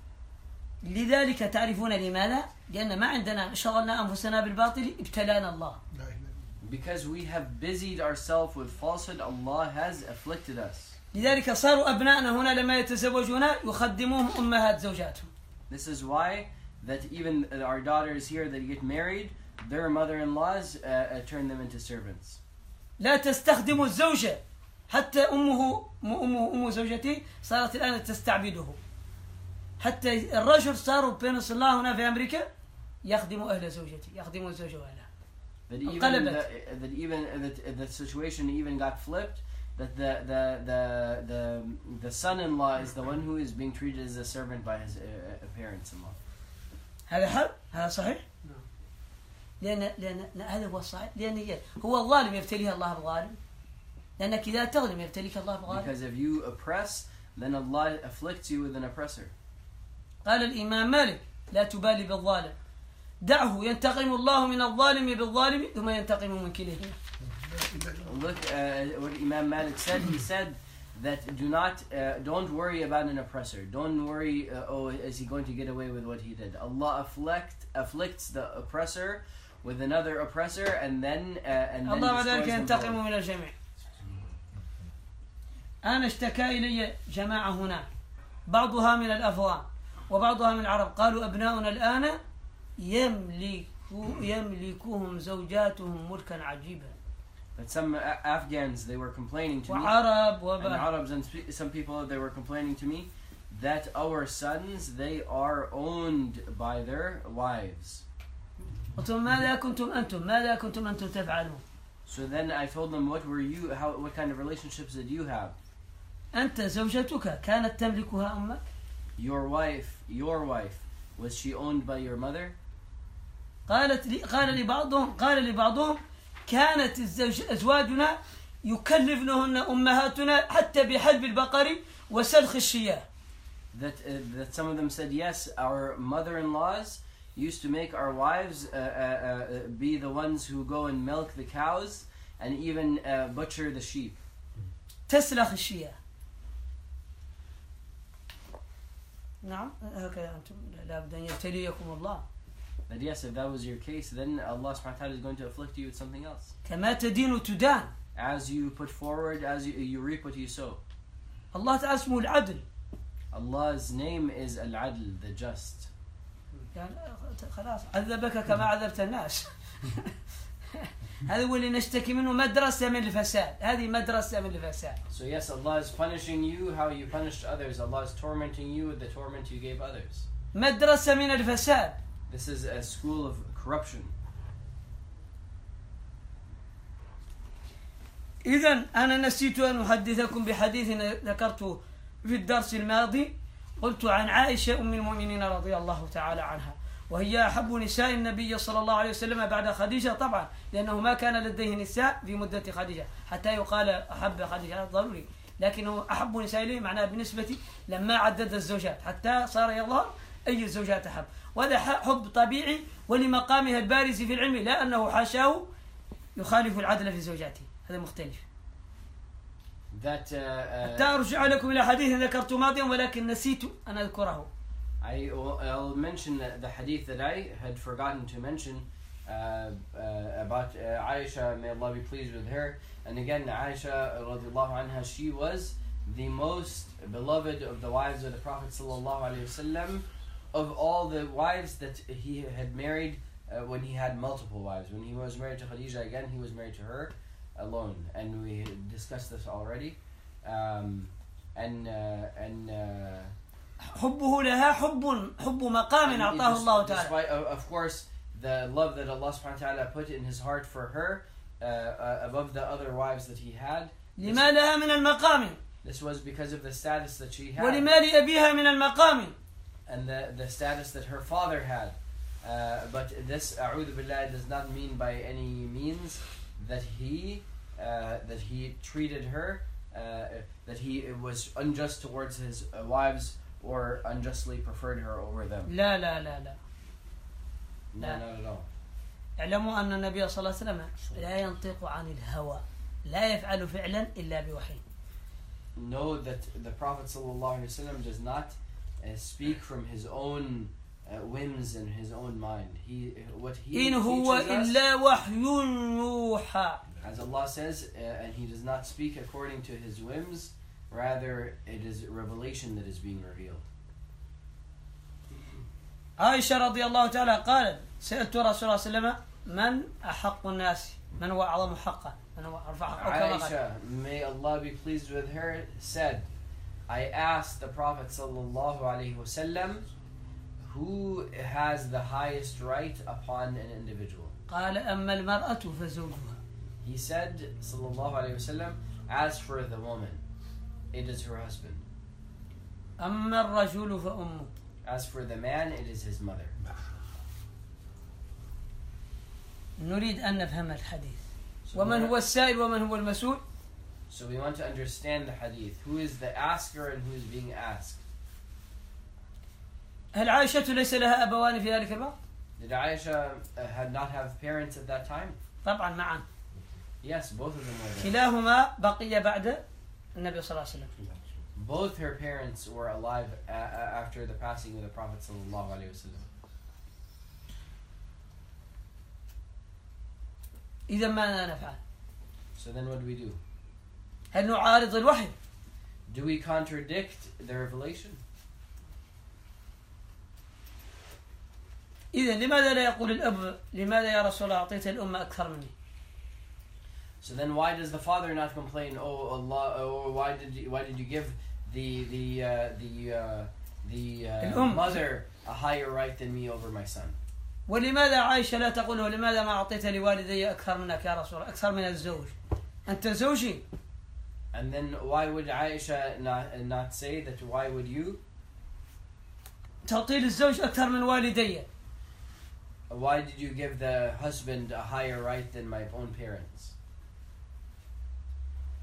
[SPEAKER 1] لذلك تعرفون لماذا؟ لأن ما عندنا شغلنا أنفسنا بالباطل ابتلانا الله
[SPEAKER 2] Because we have busied ourselves with falsehood, Allah has afflicted us.
[SPEAKER 1] لذلك صاروا أبنائنا هنا لما يتزوجون يخدموهم أمهات زوجاتهم
[SPEAKER 2] This is why that even our daughters here that get married, their mother-in-laws uh, uh, turn them into servants.
[SPEAKER 1] لا تستخدم الزوجة حتى أمه م- أمه أم زوجتي صارت الآن تستعبده حتى الرجل صاروا بين الله هنا في أمريكا يخدم أهل زوجتي يخدم الزوجة وأهلها
[SPEAKER 2] That even
[SPEAKER 1] Qalbat.
[SPEAKER 2] the, eh, that even that the situation even got flipped. That the the the the, the son-in-law is the one who is being treated as a servant by his uh, uh, parents-in-law.
[SPEAKER 1] هذا حل هذا صحيح لأن لأن لا، هذا هو الصحيح لأن هي- هو الظالم يبتليه الله بالظالم لأنك إذا تظلم يبتليك الله بالظالم
[SPEAKER 2] Because if you oppress, then Allah afflicts you with an oppressor.
[SPEAKER 1] قال الإمام مالك لا تبالي بالظالم دعه ينتقم الله من الظالم بالظالم ثم ينتقم من كليهما
[SPEAKER 2] Look uh, what Imam Malik said. He said that do not, uh, don't worry about an oppressor. Don't worry. Uh, oh, is he going to get away with what he did? Allah afflict afflicts the oppressor with another oppressor, and then uh, and then
[SPEAKER 1] الله بعد ذلك
[SPEAKER 2] destroys them
[SPEAKER 1] ينتقم
[SPEAKER 2] both.
[SPEAKER 1] من الجميع أنا اشتكى إلي جماعة هنا بعضها من الأفغان وبعضها من العرب قالوا أبناؤنا الآن يملك يملكهم زوجاتهم ملكا عجيبا
[SPEAKER 2] That some uh, Afghans they were complaining to me,
[SPEAKER 1] وعرب
[SPEAKER 2] and
[SPEAKER 1] وبعض
[SPEAKER 2] Arabs and sp- some people they were complaining to me that our sons they are owned by their wives.
[SPEAKER 1] قلت لهم ماذا كنتم أنتم ماذا كنتم أنتم تفعلون
[SPEAKER 2] So then I told them, what were you? How? What kind of relationships did you have?
[SPEAKER 1] أنت زوجتك كانت تملكها أمك
[SPEAKER 2] Your wife, your wife, was she owned by your mother?
[SPEAKER 1] قالت لي قال لي بعضهم قال لي بعضهم كانت الزوج ازواجنا يكلفنهن امهاتنا حتى بحلب البقر وسلخ الشياه
[SPEAKER 2] That uh, that some of them said yes. Our mother-in-laws used to make our wives uh, uh, uh, be the ones who go and milk the cows and even uh, butcher the sheep.
[SPEAKER 1] تسلخ الشياه. نعم هكذا انتم لابد ان يبتليكم الله
[SPEAKER 2] That yes, if that was your case, then Allah Subhanahu wa Taala is going to afflict you with something else.
[SPEAKER 1] كما تدين تدان
[SPEAKER 2] As you put forward, as you, you reap what you sow.
[SPEAKER 1] الله تعالى اسمه العدل
[SPEAKER 2] Allah's name is Al-Adl, the Just.
[SPEAKER 1] يعني خلاص عذبك كما عذبت الناس [LAUGHS] هذا هو اللي نشتكي منه مدرسه من الفساد هذه مدرسه من الفساد
[SPEAKER 2] So yes, Allah is punishing you how you punished others. Allah is tormenting you with the torment you gave others.
[SPEAKER 1] مدرسة من الفساد
[SPEAKER 2] This is a school of corruption.
[SPEAKER 1] إذا أنا نسيت أن أحدثكم بحديث ذكرته في الدرس الماضي قلت عن عائشة أم المؤمنين رضي الله تعالى عنها وهي أحب نساء النبي صلى الله عليه وسلم بعد خديجة طبعا لأنه ما كان لديه نساء في مدة خديجة حتى يقال أحب خديجة هذا ضروري لكنه أحب نساء إليه معناه بالنسبة لما عدد الزوجات حتى صار يظهر أي الزوجات أحب وهذا ح- حب طبيعي ولمقامها البارز في العلم لا أنه حاشاه يخالف العدل في زوجاته هذا مختلف
[SPEAKER 2] That uh,
[SPEAKER 1] حتى
[SPEAKER 2] uh,
[SPEAKER 1] أرجع لكم إلى حديث ذكرته ماضيا ولكن نسيت أن أذكره
[SPEAKER 2] I will, I'll mention the, the hadith that I had forgotten to mention uh, uh, about uh, Aisha, may Allah be pleased with her. And again, Aisha radiallahu anha, she was the most beloved of the wives of the Prophet sallallahu alaihi wasallam. Of all the wives that he had married, uh, when he had multiple wives, when he was married to Khadija again, he was married to her alone, and we had discussed this already. Um, and uh, and. Uh,
[SPEAKER 1] حبه لها حب حب مقام
[SPEAKER 2] And it
[SPEAKER 1] أعطاه
[SPEAKER 2] dis-
[SPEAKER 1] الله تعالى
[SPEAKER 2] Despite, of, of course, the love that Allah subhanahu wa ta'ala put in his heart for her uh, uh, above the other wives that he had,
[SPEAKER 1] لما لها من المقام
[SPEAKER 2] this was because of the status that she had
[SPEAKER 1] ولما لأبيها من المقام
[SPEAKER 2] and the, the status that her father had. Uh, but this, a'udhu billah, does not mean by any means that he uh, that he treated her, uh, that he was unjust towards his uh, wives or unjustly preferred her over them.
[SPEAKER 1] لا لا لا لا
[SPEAKER 2] No, not at all.
[SPEAKER 1] اعلموا أن النبي صلى الله عليه وسلم لا ينطق عن الهوى لا يفعل فعلا إلا بوحي
[SPEAKER 2] know that the Prophet ﷺ does not uh, speak from his own uh, whims and his own mind. He what he
[SPEAKER 1] إن هو
[SPEAKER 2] teaches us,
[SPEAKER 1] إلا وحي يوحى
[SPEAKER 2] as Allah says, uh, and he does not speak according to his whims. Rather, it is revelation that is being revealed.
[SPEAKER 1] عائشة رضي الله تعالى قالت سألت رسول الله صلى الله عليه وسلم من أحق الناس من هو أعظم حقه من هو أرفع حقه كما قال
[SPEAKER 2] Aisha, may Allah be pleased with her, said, I asked the Prophet ﷺ who has the highest right upon an individual.
[SPEAKER 1] قال أما المرأة فزوجها
[SPEAKER 2] He said, sallallahu alaihi wasallam, as for the woman, it is her husband.
[SPEAKER 1] أما الرجل فأمه
[SPEAKER 2] As for the man, it is his mother.
[SPEAKER 1] نريد أن نفهم الحديث
[SPEAKER 2] So,
[SPEAKER 1] ومن
[SPEAKER 2] we're-
[SPEAKER 1] هو السائل ومن هو المسؤول
[SPEAKER 2] so we want to understand the hadith. Who is the asker and who is being asked?
[SPEAKER 1] هل عائشة ليس لها أبوان في ذلك الوقت؟
[SPEAKER 2] Did Aisha uh, had not have parents at that time?
[SPEAKER 1] طبعا معا
[SPEAKER 2] Yes, both of them were. there.
[SPEAKER 1] نعم. كلاهما بقي بعد النبي صلى الله عليه وسلم
[SPEAKER 2] Both her parents were alive a- a- after the passing of the Prophet sallallahu alaihi wasallam.
[SPEAKER 1] إذا ماذا نفعل؟
[SPEAKER 2] So then, what do we do?
[SPEAKER 1] هل نعارض الوحي؟
[SPEAKER 2] Do we contradict the revelation?
[SPEAKER 1] إذا لماذا لا يقول الأب لماذا يا رسول الله أعطيت الأمة أكثر مني؟
[SPEAKER 2] So then, why does the father not complain? Oh Allah! Oh, why did you, why did you give the the uh, the uh, the uh,
[SPEAKER 1] الأم.
[SPEAKER 2] mother a higher right than me over my son?
[SPEAKER 1] ولماذا عائشة لا تقول ولماذا ما أعطيت لوالدي أكثر منك يا رسول الله أكثر من الزوج أنت زوجي
[SPEAKER 2] And then why would Aisha not not say that? Why would you?
[SPEAKER 1] تعطي للزوج أكثر من والدي
[SPEAKER 2] Why did you give the husband a higher right than my own parents?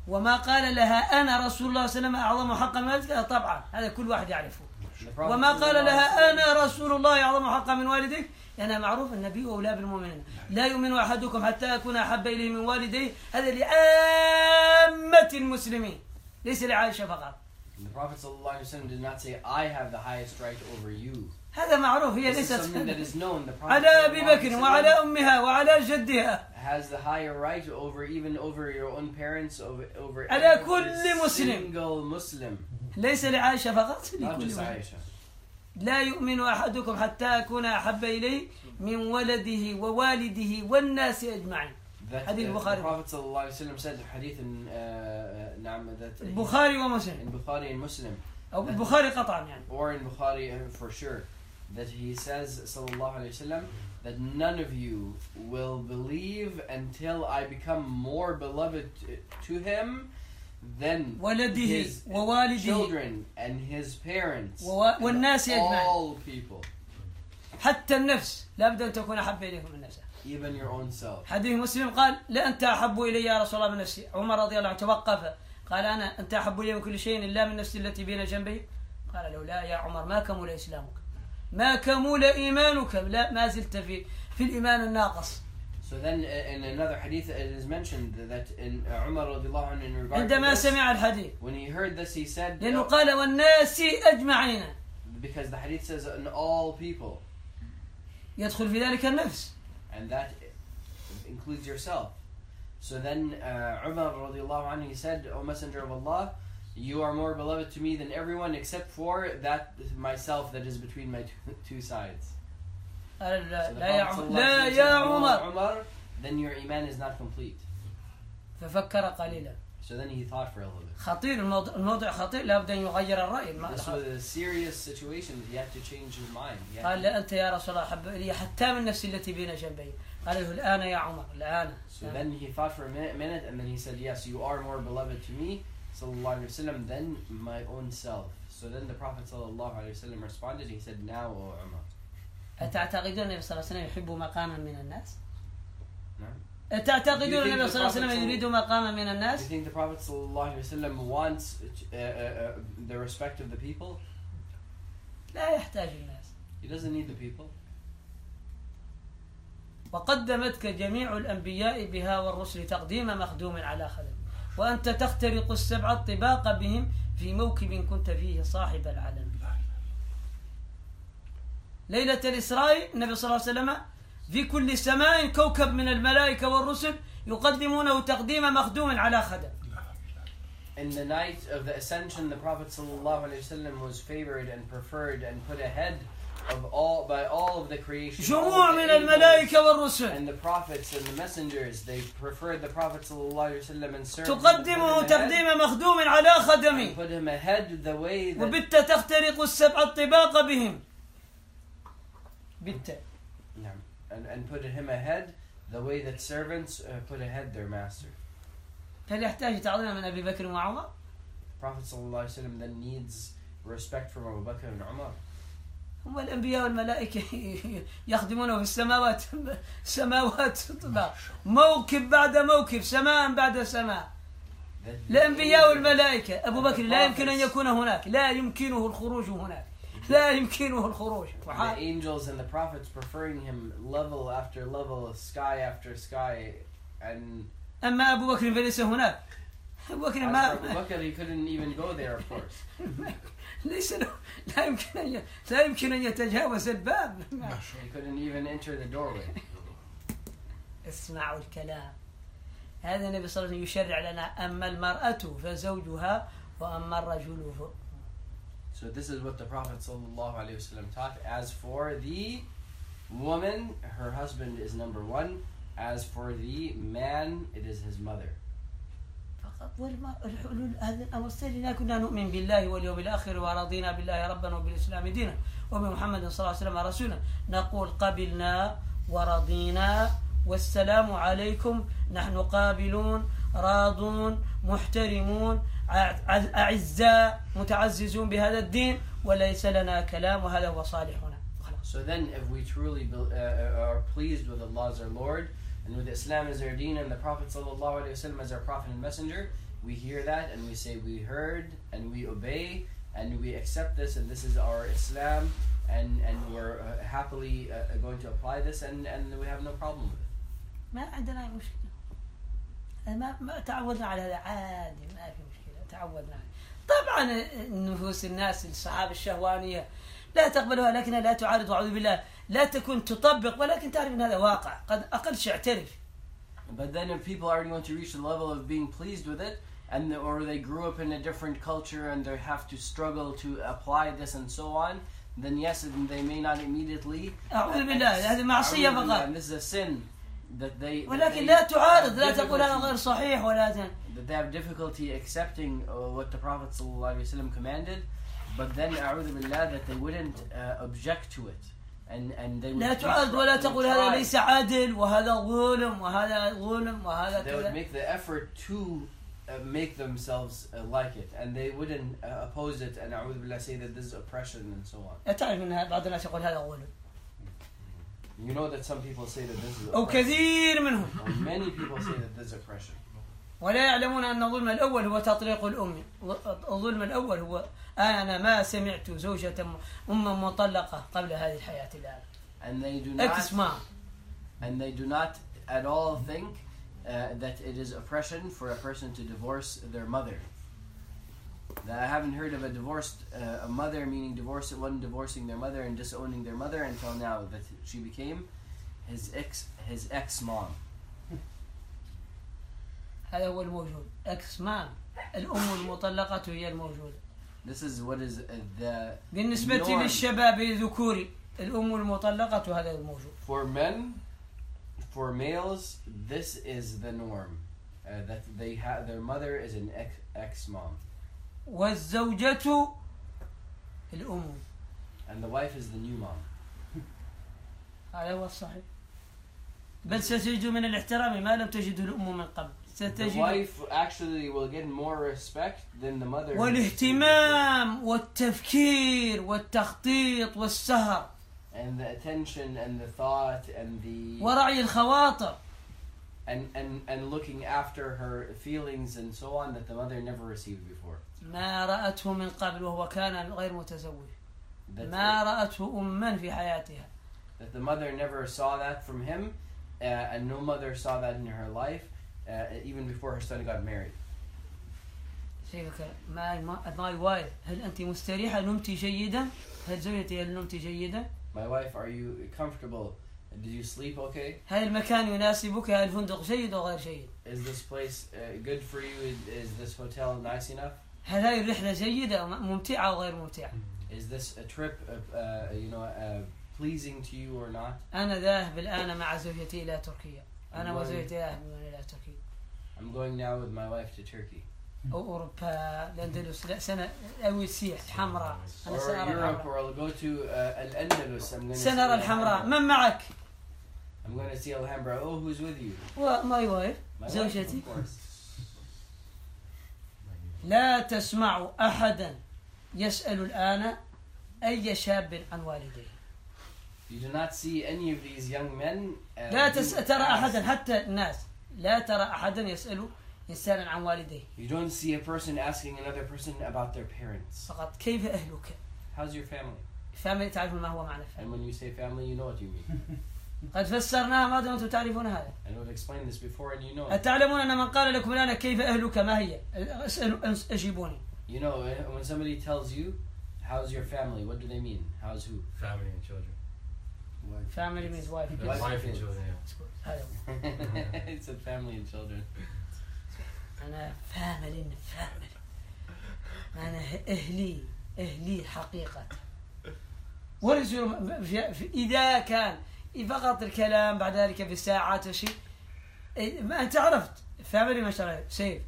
[SPEAKER 1] وما قال لها أنا رسول الله صلى الله عليه وسلم أعظم حقا من والدك طبعا هذا كل واحد يعرفه
[SPEAKER 2] The Prophet
[SPEAKER 1] وما قال لها
[SPEAKER 2] sallallahu alaihi
[SPEAKER 1] أنا رسول الله أعظم حقا من والديك لأنها معروف النبي أولى بالمؤمنين لا يؤمن أحدكم حتى أكون أحب إليه من والديه هذا لعامة المسلمين ليس لعائشة فقط
[SPEAKER 2] wasallam- the Prophet sallallahu alaihi wasallam did not say I have the highest right over you.
[SPEAKER 1] هذا معروف هي
[SPEAKER 2] This is
[SPEAKER 1] ليست [LAUGHS]
[SPEAKER 2] something that is known. The Prophet
[SPEAKER 1] على أبي
[SPEAKER 2] sallallahu alaihi
[SPEAKER 1] بكر
[SPEAKER 2] wasallam
[SPEAKER 1] وعلى أمها وعلى جدها
[SPEAKER 2] has the higher right over even over your own parents over over
[SPEAKER 1] على
[SPEAKER 2] every
[SPEAKER 1] كل مسلم.
[SPEAKER 2] single Muslim
[SPEAKER 1] ليس لعائشة فقط
[SPEAKER 2] not
[SPEAKER 1] لكل
[SPEAKER 2] just
[SPEAKER 1] واحد.
[SPEAKER 2] Aisha
[SPEAKER 1] لا يؤمن أحدكم حتى أكون أحب إليه من ولده ووالده والناس أجمعين
[SPEAKER 2] that
[SPEAKER 1] Hadith
[SPEAKER 2] uh,
[SPEAKER 1] Bukhari.
[SPEAKER 2] the Prophet sallallahu alaihi wasallam said hadith in uh, uh, نعم that he-
[SPEAKER 1] البخاري ومسلم
[SPEAKER 2] in Bukhari and Muslim
[SPEAKER 1] أو البخاري قطعا يعني
[SPEAKER 2] or in Bukhari uh, for sure that he says sallallahu alaihi wasallam that none of you will believe until I become more beloved t- to him than
[SPEAKER 1] ولده
[SPEAKER 2] his
[SPEAKER 1] ووالده
[SPEAKER 2] children and his parents
[SPEAKER 1] ووا-
[SPEAKER 2] and
[SPEAKER 1] والناس أجمعين.
[SPEAKER 2] all people
[SPEAKER 1] حتى النفس لا بد أن تكون أحب إليكم من نفسها
[SPEAKER 2] even your own self.
[SPEAKER 1] حديث مسلم قال لا أنت أحب إلي يا رسول الله من نفسي عمر رضي الله عنه توقف قال أنا أنت أحب إلي من كل شيء إلا من نفسي التي بين جنبي قال له لا يا عمر ما كمل إسلامك ما كمل إيمانك لا ما زلت في في الإيمان الناقص
[SPEAKER 2] So then, uh, in another hadith, it is mentioned that in uh, Umar radiallahu anhu in regard to
[SPEAKER 1] عندما
[SPEAKER 2] this,
[SPEAKER 1] سمع الحديث
[SPEAKER 2] when he heard this, he said,
[SPEAKER 1] لأنه
[SPEAKER 2] uh,
[SPEAKER 1] قال والناس أجمعين
[SPEAKER 2] because the hadith says, "In all people,"
[SPEAKER 1] يدخل في ذلك النفس
[SPEAKER 2] and that includes yourself. So then, uh, Umar radiallahu anhu he said, "O Messenger of Allah, you are more beloved to me than everyone except for that myself that is between my two, [LAUGHS] two sides."
[SPEAKER 1] قال
[SPEAKER 2] So
[SPEAKER 1] لا
[SPEAKER 2] the
[SPEAKER 1] لا يا
[SPEAKER 2] Prophet
[SPEAKER 1] عم-
[SPEAKER 2] sallallahu
[SPEAKER 1] لا
[SPEAKER 2] alaihi
[SPEAKER 1] يا
[SPEAKER 2] wasallam said, "No,
[SPEAKER 1] عمر
[SPEAKER 2] Umar, then your iman is not complete.
[SPEAKER 1] ففكر قليلا
[SPEAKER 2] So then he thought for a little bit.
[SPEAKER 1] خطير الموضوع, الموضوع خطير لابد أن يغير الرأي ما-
[SPEAKER 2] This was a serious situation. He had to change his mind. He had
[SPEAKER 1] قال
[SPEAKER 2] to-
[SPEAKER 1] لا أنت يا رسول الله أحب إلي حتى من نفسي التي بين جنبي قال له الآن يا عمر الآن
[SPEAKER 2] So then he thought for a minute, minute, and then he said, "Yes, you are more beloved to me, sallallahu alaihi wasallam, than my own self." So then the Prophet sallallahu alaihi wasallam responded. He said, "Now, O Umar."
[SPEAKER 1] أتعتقدون النبي صلى الله عليه وسلم يحب مقاما من الناس؟
[SPEAKER 2] نعم.
[SPEAKER 1] أتعتقدون
[SPEAKER 2] You think
[SPEAKER 1] النبي
[SPEAKER 2] the
[SPEAKER 1] صلى الله عليه
[SPEAKER 2] Prophet
[SPEAKER 1] وسلم
[SPEAKER 2] صلى-
[SPEAKER 1] يريد مقاما من
[SPEAKER 2] Do you
[SPEAKER 1] الناس؟
[SPEAKER 2] think the Prophet sallallahu alaihi wasallam wants uh, uh, uh, the respect of the people?
[SPEAKER 1] لا يحتاج الناس
[SPEAKER 2] He doesn't need the people.
[SPEAKER 1] وقدمتك جميع الأنبياء بها والرسل تقديم مخدوم على خدم وأنت تخترق السبع الطباق بهم في موكب كنت فيه صاحب العلم ليلة الإسراء النبي صلى الله عليه وسلم في كل سماء كوكب من الملائكة والرسل يقدمونه تقديم مخدوم على خدم
[SPEAKER 2] In the night of the ascension, the Prophet sallallahu alaihi wasallam was favored and preferred and put ahead of all by all of the creation. all of
[SPEAKER 1] جموع
[SPEAKER 2] the
[SPEAKER 1] من
[SPEAKER 2] angels.
[SPEAKER 1] الملائكة والرسل
[SPEAKER 2] and the prophets and the messengers they preferred the prophet sallallahu and served him
[SPEAKER 1] تقدمه
[SPEAKER 2] and put him ahead-
[SPEAKER 1] تقديم مخدوم على
[SPEAKER 2] and
[SPEAKER 1] خدمي
[SPEAKER 2] put him ahead the way that
[SPEAKER 1] وبت تخترق السبع الطباق بهم بت
[SPEAKER 2] Naam. and, and put him ahead the way that servants uh, put ahead their master
[SPEAKER 1] هل يحتاج تعظيم من ابي بكر وعمر؟
[SPEAKER 2] prophet sallallahu then needs respect from Abu Bakr and Umar
[SPEAKER 1] هم الانبياء والملائكه [LAUGHS] يخدمونه في السماوات سماوات طباق موكب بعد موكب سماء بعد سماء
[SPEAKER 2] That he
[SPEAKER 1] الانبياء
[SPEAKER 2] is-
[SPEAKER 1] والملائكه ابو بكر لا يمكن ان يكون هناك لا يمكنه الخروج هناك لا يمكنه الخروج
[SPEAKER 2] the
[SPEAKER 1] وحال-
[SPEAKER 2] angels and the prophets preferring him level after level sky after sky and
[SPEAKER 1] اما ابو بكر فليس هناك ابو بكر
[SPEAKER 2] as
[SPEAKER 1] ما
[SPEAKER 2] for Abu Bakr he couldn't even go there of course
[SPEAKER 1] ليس له لا يمكن أن ي- لا يمكن أن يتجاوز الباب
[SPEAKER 2] he couldn't even enter the doorway
[SPEAKER 1] اسمعوا الكلام هذا النبي صلى الله عليه وسلم يشرع لنا أما المرأة فزوجها وأما الرجل ف-
[SPEAKER 2] So this is what the Prophet ﷺ taught. As for the woman, her husband is number one. As for the man, it is his mother.
[SPEAKER 1] فقط والمرأة الحلول هذا الأمر سيدنا كنا نؤمن بالله واليوم الآخر ورضينا بالله ربا وبالإسلام دينا وبمحمد صلى الله عليه وسلم رسولا نقول قبلنا ورضينا والسلام عليكم نحن قابلون راضون محترمون أع- أع- أعزاء متعززون بهذا الدين وليس لنا كلام وهذا هو صالحنا خلاص.
[SPEAKER 2] So then, if we truly be, uh, are pleased with Allah as our Lord and with Islam as our Deen and the Prophet ﷺ as our Prophet and Messenger, we hear that and we say we heard and we obey and we accept this and this is our Islam and and we're uh, happily uh, going to apply this and and we have no problem with it.
[SPEAKER 1] ما عندنا أي مشكلة ما, ما تعودنا على هذا عادي ما في مشكلة تعودنا عليه طبعا نفوس الناس الصحابة الشهوانية لا تقبلها لكنها لا تعارض وأعوذ بالله لا تكون تطبق ولكن تعرف أن هذا واقع قد أقل شيء اعترف
[SPEAKER 2] But then, if people already want to reach the level of being pleased with it, and or they grew up in a different culture and they have to struggle to apply this and so on, then yes, and they may not immediately.
[SPEAKER 1] أعوذ بالله هذه معصية
[SPEAKER 2] أعوذ بالله,
[SPEAKER 1] فقط
[SPEAKER 2] And this is a sin that they. that they
[SPEAKER 1] ولكن لا تعارض لا
[SPEAKER 2] have
[SPEAKER 1] تقول هذا غير
[SPEAKER 2] difficulty-
[SPEAKER 1] صحيح ولا تن-
[SPEAKER 2] That they have difficulty accepting uh, what the Prophet ﷺ commanded, but then أعوذ بالله that they wouldn't uh, object to it, and and they would.
[SPEAKER 1] لا
[SPEAKER 2] keep
[SPEAKER 1] تعارض
[SPEAKER 2] try-
[SPEAKER 1] ولا
[SPEAKER 2] they would
[SPEAKER 1] تقول هذا
[SPEAKER 2] try.
[SPEAKER 1] ليس عادل وهذا ظلم وهذا ظلم وهذا
[SPEAKER 2] they would
[SPEAKER 1] كذا
[SPEAKER 2] make the effort to uh, make themselves uh, like it, and they wouldn't uh, oppose it, and أعوذ بالله say that this is oppression and so on.
[SPEAKER 1] تعرف أن بعض الناس يقول هذا ظلم
[SPEAKER 2] You know that some people say that this is
[SPEAKER 1] أو
[SPEAKER 2] oppression.
[SPEAKER 1] كثير منهم
[SPEAKER 2] Or many people say that this is oppression.
[SPEAKER 1] ولا يعلمون أن الظلم الأول هو تطليق الأم الظلم الأول هو أنا ما سمعت زوجة م- أم مطلقة قبل هذه الحياة الآن
[SPEAKER 2] And they do not
[SPEAKER 1] اسمع
[SPEAKER 2] and they do not at all think uh, that it is oppression for a person to divorce their mother. That I haven't heard of a divorced uh, a mother meaning divorce one divorcing their mother and disowning their mother until now that she became his ex his ex mom.
[SPEAKER 1] هذا هو الموجود اسمع الأم المطلقة هي الموجودة
[SPEAKER 2] This is what is uh, the
[SPEAKER 1] بالنسبة
[SPEAKER 2] نعم.
[SPEAKER 1] للشباب ذكوري الأم المطلقة هذا الموجود
[SPEAKER 2] for men for males this is the norm uh, that they have their mother is an ex ex mom
[SPEAKER 1] والزوجة الأم
[SPEAKER 2] and the wife is the new mom.
[SPEAKER 1] هذا هو الصحيح بل ستجد من الاحترام ما لم تجده الأم من قبل
[SPEAKER 2] The
[SPEAKER 1] ستجد
[SPEAKER 2] wife actually will get more respect than the mother.
[SPEAKER 1] والاهتمام والتفكير والتخطيط والسهر
[SPEAKER 2] And the attention and the thought and the
[SPEAKER 1] ورعي الخواطر
[SPEAKER 2] and, and and looking after her feelings and so on that the mother never received before.
[SPEAKER 1] ما رأته من قبل وهو كان غير متزوج
[SPEAKER 2] That,
[SPEAKER 1] ما رأته أما في حياتها
[SPEAKER 2] that the mother never saw that from him, uh, and no mother saw that in her life, uh, even before her son got married.
[SPEAKER 1] شيخك ماي ماي وايف هل أنت مستريحة نمت جيدا؟ هل زوجتي هل نمت جيدا؟
[SPEAKER 2] My wife, are you comfortable? Did you sleep okay?
[SPEAKER 1] هل المكان يناسبك؟ هل الفندق جيد أو غير جيد؟
[SPEAKER 2] Is this place uh, good for you? Is, is this hotel nice enough?
[SPEAKER 1] هل هذه الرحلة جيدة أو ممتعة أو غير ممتعة؟
[SPEAKER 3] Hmm.
[SPEAKER 2] Is this a trip, uh, uh, you know, uh, pleasing to you or not?
[SPEAKER 1] أنا ذاهب الآن مع زوجتي إلى تركيا أنا
[SPEAKER 2] والله.
[SPEAKER 1] وزوجتي ذاهبون إلى تركيا
[SPEAKER 2] I'm going now with my wife to Turkey
[SPEAKER 1] أو أوروبا الأندلس لا سنة أو السيح حمراء أنا
[SPEAKER 2] or
[SPEAKER 1] سأرى
[SPEAKER 2] Europe,
[SPEAKER 1] الحمراء
[SPEAKER 2] or I'll go to uh, Al Andalus. I'm going to
[SPEAKER 1] سنرى الحمراء من معك؟
[SPEAKER 2] I'm going to see Alhambra. Oh, who's with you?
[SPEAKER 1] وماي وايف
[SPEAKER 2] My wife,
[SPEAKER 1] زوجتي
[SPEAKER 2] of course.
[SPEAKER 1] لا تسمع أحدا يسأل الآن أي شاب عن والديه
[SPEAKER 2] You do not see any of these young men. Uh,
[SPEAKER 1] لا
[SPEAKER 2] who
[SPEAKER 1] تس... ترى
[SPEAKER 2] ask-
[SPEAKER 1] أحدا حتى الناس لا ترى أحدا يسأل إنسانا عن والديه
[SPEAKER 2] You don't see a person asking another person about their parents.
[SPEAKER 1] فقط كيف أهلك
[SPEAKER 2] How's your family?
[SPEAKER 1] فهم تعرفون ما هو معنى
[SPEAKER 2] And
[SPEAKER 1] فهم
[SPEAKER 2] when you say family, you know what you
[SPEAKER 1] [LAUGHS]
[SPEAKER 2] mean.
[SPEAKER 1] قد فسرناها ما دمتم تعرفون هذا
[SPEAKER 2] and we've explained this before, and you know. it.
[SPEAKER 1] أتعلمون أن من قال لكم الآن كيف أهلك ما هي اسألوا أنس- أجيبوني
[SPEAKER 2] You know uh, when somebody tells you, "How's your family?" What do they mean? How's who?
[SPEAKER 4] Family and children.
[SPEAKER 1] family means wife
[SPEAKER 4] The
[SPEAKER 2] Wife and
[SPEAKER 4] wife, and
[SPEAKER 2] kids. [LAUGHS]
[SPEAKER 4] children, yeah, of course.
[SPEAKER 1] هذا هو.
[SPEAKER 2] it's a family and children.
[SPEAKER 1] أنا family family أنا أهلي أهلي حقيقة What is your في- في- إذا كان فقط الكلام بعد ذلك بساعات وشيء إيه، ما أنت عرفت family ما شاء الله سيف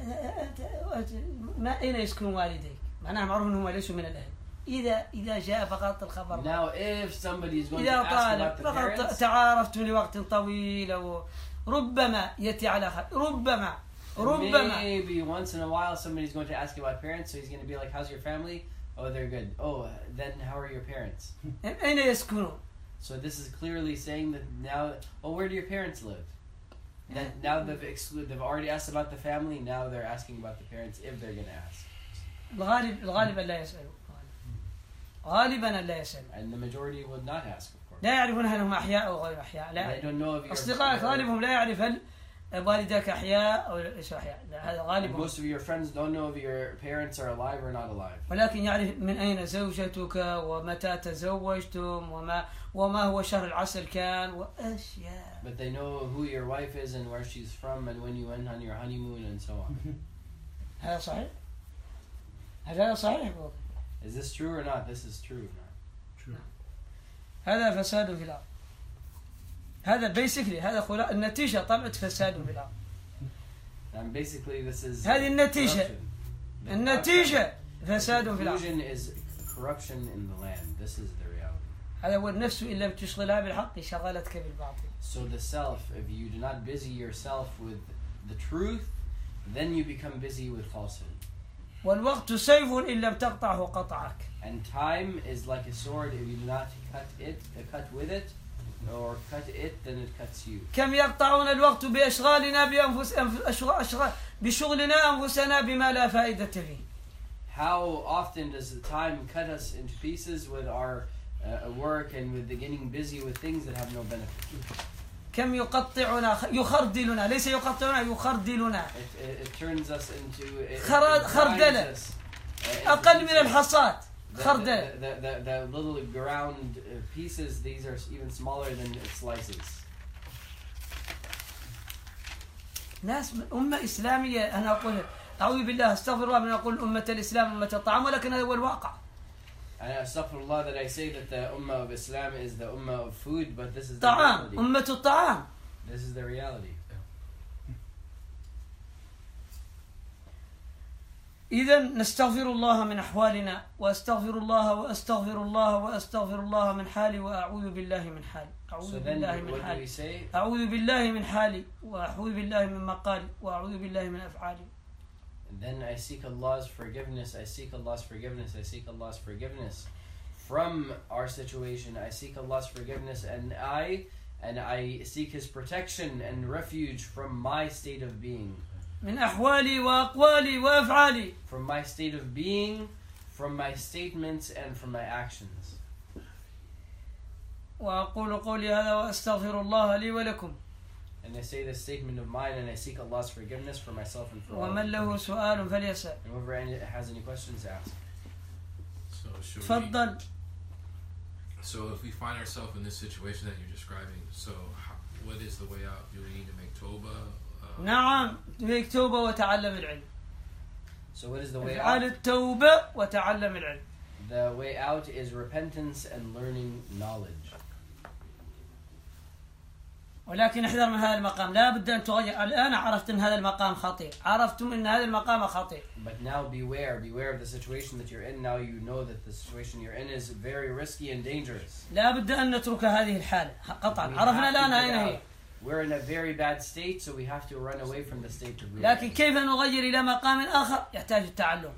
[SPEAKER 1] أنت- أنت- ما أين يسكن والديك؟ معناها معروف أنهم ليسوا من الأهل إذا إذا جاء فقط الخبر
[SPEAKER 2] Now, if somebody is going to
[SPEAKER 1] إذا
[SPEAKER 2] ask
[SPEAKER 1] طالب
[SPEAKER 2] about the
[SPEAKER 1] فقط
[SPEAKER 2] parents,
[SPEAKER 1] تعارفتم لوقت طويل أو ربما يأتي على خير ربما ربما
[SPEAKER 2] maybe once in a while somebody's going to ask about parents, so he's going to be like, "How's your family?" Oh, they're good. Oh, uh, then how are your parents?
[SPEAKER 1] أين يسكنون؟
[SPEAKER 2] So this is clearly saying that now. Oh, where do your parents live? That now they've excluded. They've already asked about the family. Now they're asking about the parents if they're going to ask.
[SPEAKER 1] الغالب الغالب أن لا يسألون غالبا أن لا يسألون
[SPEAKER 2] And the majority would not ask, of course.
[SPEAKER 1] لا يعرفون هل هم أحياء أو غير أحياء
[SPEAKER 2] they
[SPEAKER 1] لا
[SPEAKER 2] don't know if your uh,
[SPEAKER 1] أصدقائك
[SPEAKER 2] your-
[SPEAKER 1] غالبهم لا يعرف هل والدك أحياء أو ليس أحياء لا هذا
[SPEAKER 2] And
[SPEAKER 1] غالبهم
[SPEAKER 2] most of your friends don't know if your parents are alive or not alive.
[SPEAKER 1] ولكن يعرف من أين زوجتك ومتى تزوجتم وما وما هو شهر العسل كان وأشياء
[SPEAKER 2] But they know who your wife is and where she's from and when you went on your honeymoon and so on. [LAUGHS]
[SPEAKER 1] هذا صحيح؟ هذا صحيح
[SPEAKER 2] Is this true or not? This is true.
[SPEAKER 4] True.
[SPEAKER 1] هذا فساد في الارض هذا بيسكلي هذا خلا... النتيجه طلعت فساد في الارض
[SPEAKER 2] And basically, this is.
[SPEAKER 1] هذه النتيجة.
[SPEAKER 2] corruption. The
[SPEAKER 1] النتيجه فساد في الارض
[SPEAKER 2] Conclusion is corruption in the land. This is the reality.
[SPEAKER 1] هذا هو النفس ان لم تشغلها بالحق شغلتك بالباطل
[SPEAKER 2] So the self, if you do not busy yourself with the truth, then you become busy with falsehood.
[SPEAKER 1] والوقت سيف ان لم تقطعه قطعك
[SPEAKER 2] And time is like a sword. If you do not cut it, uh, cut with it, or cut it, then it cuts you.
[SPEAKER 1] كم يقطعون الوقت بأشغالنا بأنفس أنف- أشغ- أشغال بشغلنا أنفسنا بما لا فائدة فيه
[SPEAKER 2] How often does the time cut us into pieces with our uh, work and with the getting busy with things that have no benefit?
[SPEAKER 1] كم يقطعنا خ- يخردلنا ليس يقطعنا يخردلنا
[SPEAKER 2] It, it, it turns us into. It, it
[SPEAKER 1] خرد-
[SPEAKER 2] grinds
[SPEAKER 1] خردلة.
[SPEAKER 2] us. Uh,
[SPEAKER 1] أقل من
[SPEAKER 2] it-
[SPEAKER 1] الحصاد
[SPEAKER 2] the-
[SPEAKER 1] خردلة
[SPEAKER 2] The, the, the, the little ground uh, pieces, these are even smaller than slices.
[SPEAKER 1] ناس من أمة إسلامية أنا أقول أعوذ بالله استغفر الله من أقول أمة الإسلام أمة الطعام ولكن هذا هو الواقع
[SPEAKER 2] And astaghfirullah that I say that the ummah of Islam is the ummah of food, but this is the
[SPEAKER 1] طعام
[SPEAKER 2] reality.
[SPEAKER 1] أمة الطعام
[SPEAKER 2] This is the reality.
[SPEAKER 1] إذا نستغفر الله من أحوالنا وأستغفر الله وأستغفر الله وأستغفر الله من حالي وأعوذ بالله من حالي
[SPEAKER 2] So
[SPEAKER 1] أعوذ
[SPEAKER 2] then,
[SPEAKER 1] بالله من
[SPEAKER 2] what do
[SPEAKER 1] حالي
[SPEAKER 2] we say?
[SPEAKER 1] أعوذ بالله من حالي وأعوذ بالله من مقالي وأعوذ بالله من أفعالي
[SPEAKER 2] Then I seek Allah's forgiveness. I seek Allah's forgiveness. I seek Allah's forgiveness from our situation. I seek Allah's forgiveness, and I and I seek His protection and refuge from my state of being,
[SPEAKER 1] من أحوالي وأقوالي وأفعالي
[SPEAKER 2] from my state of being, from my statements and from my actions.
[SPEAKER 1] وأقول قولي هذا وأستغفر الله لي ولكم
[SPEAKER 2] And I say this statement of mine, and I seek Allah's forgiveness for myself and for all.
[SPEAKER 1] ومن له سؤال فليسأل
[SPEAKER 2] And whoever any- has any questions, ask.
[SPEAKER 4] So should we,
[SPEAKER 1] تفضل
[SPEAKER 4] So if we find ourselves in this situation that you're describing, so how, what is the way out? Do we need to make tawbah? Uh,
[SPEAKER 1] نعم ليك توبة وتعلم العلم
[SPEAKER 2] So, what is the way
[SPEAKER 1] افعل
[SPEAKER 2] out?
[SPEAKER 1] التوبة وتعلم العلم
[SPEAKER 2] The way out is repentance and learning knowledge.
[SPEAKER 1] ولكن احذر من هذا المقام لا بد أن تغير الآن عرفت أن هذا المقام خطير عرفتم أن هذا المقام خطير
[SPEAKER 2] But now beware, beware of the situation that you're in. Now you know that the situation you're in is very risky and dangerous.
[SPEAKER 1] لا بد أن نترك هذه الحالة
[SPEAKER 2] We
[SPEAKER 1] قطعا
[SPEAKER 2] have
[SPEAKER 1] عرفنا
[SPEAKER 2] to
[SPEAKER 1] الآن
[SPEAKER 2] get
[SPEAKER 1] أين هي
[SPEAKER 2] out. We're in a very bad state, so we have to run away from the state that we're
[SPEAKER 1] لكن
[SPEAKER 2] in.
[SPEAKER 1] كيف نغير إلى مقام آخر يحتاج التعلم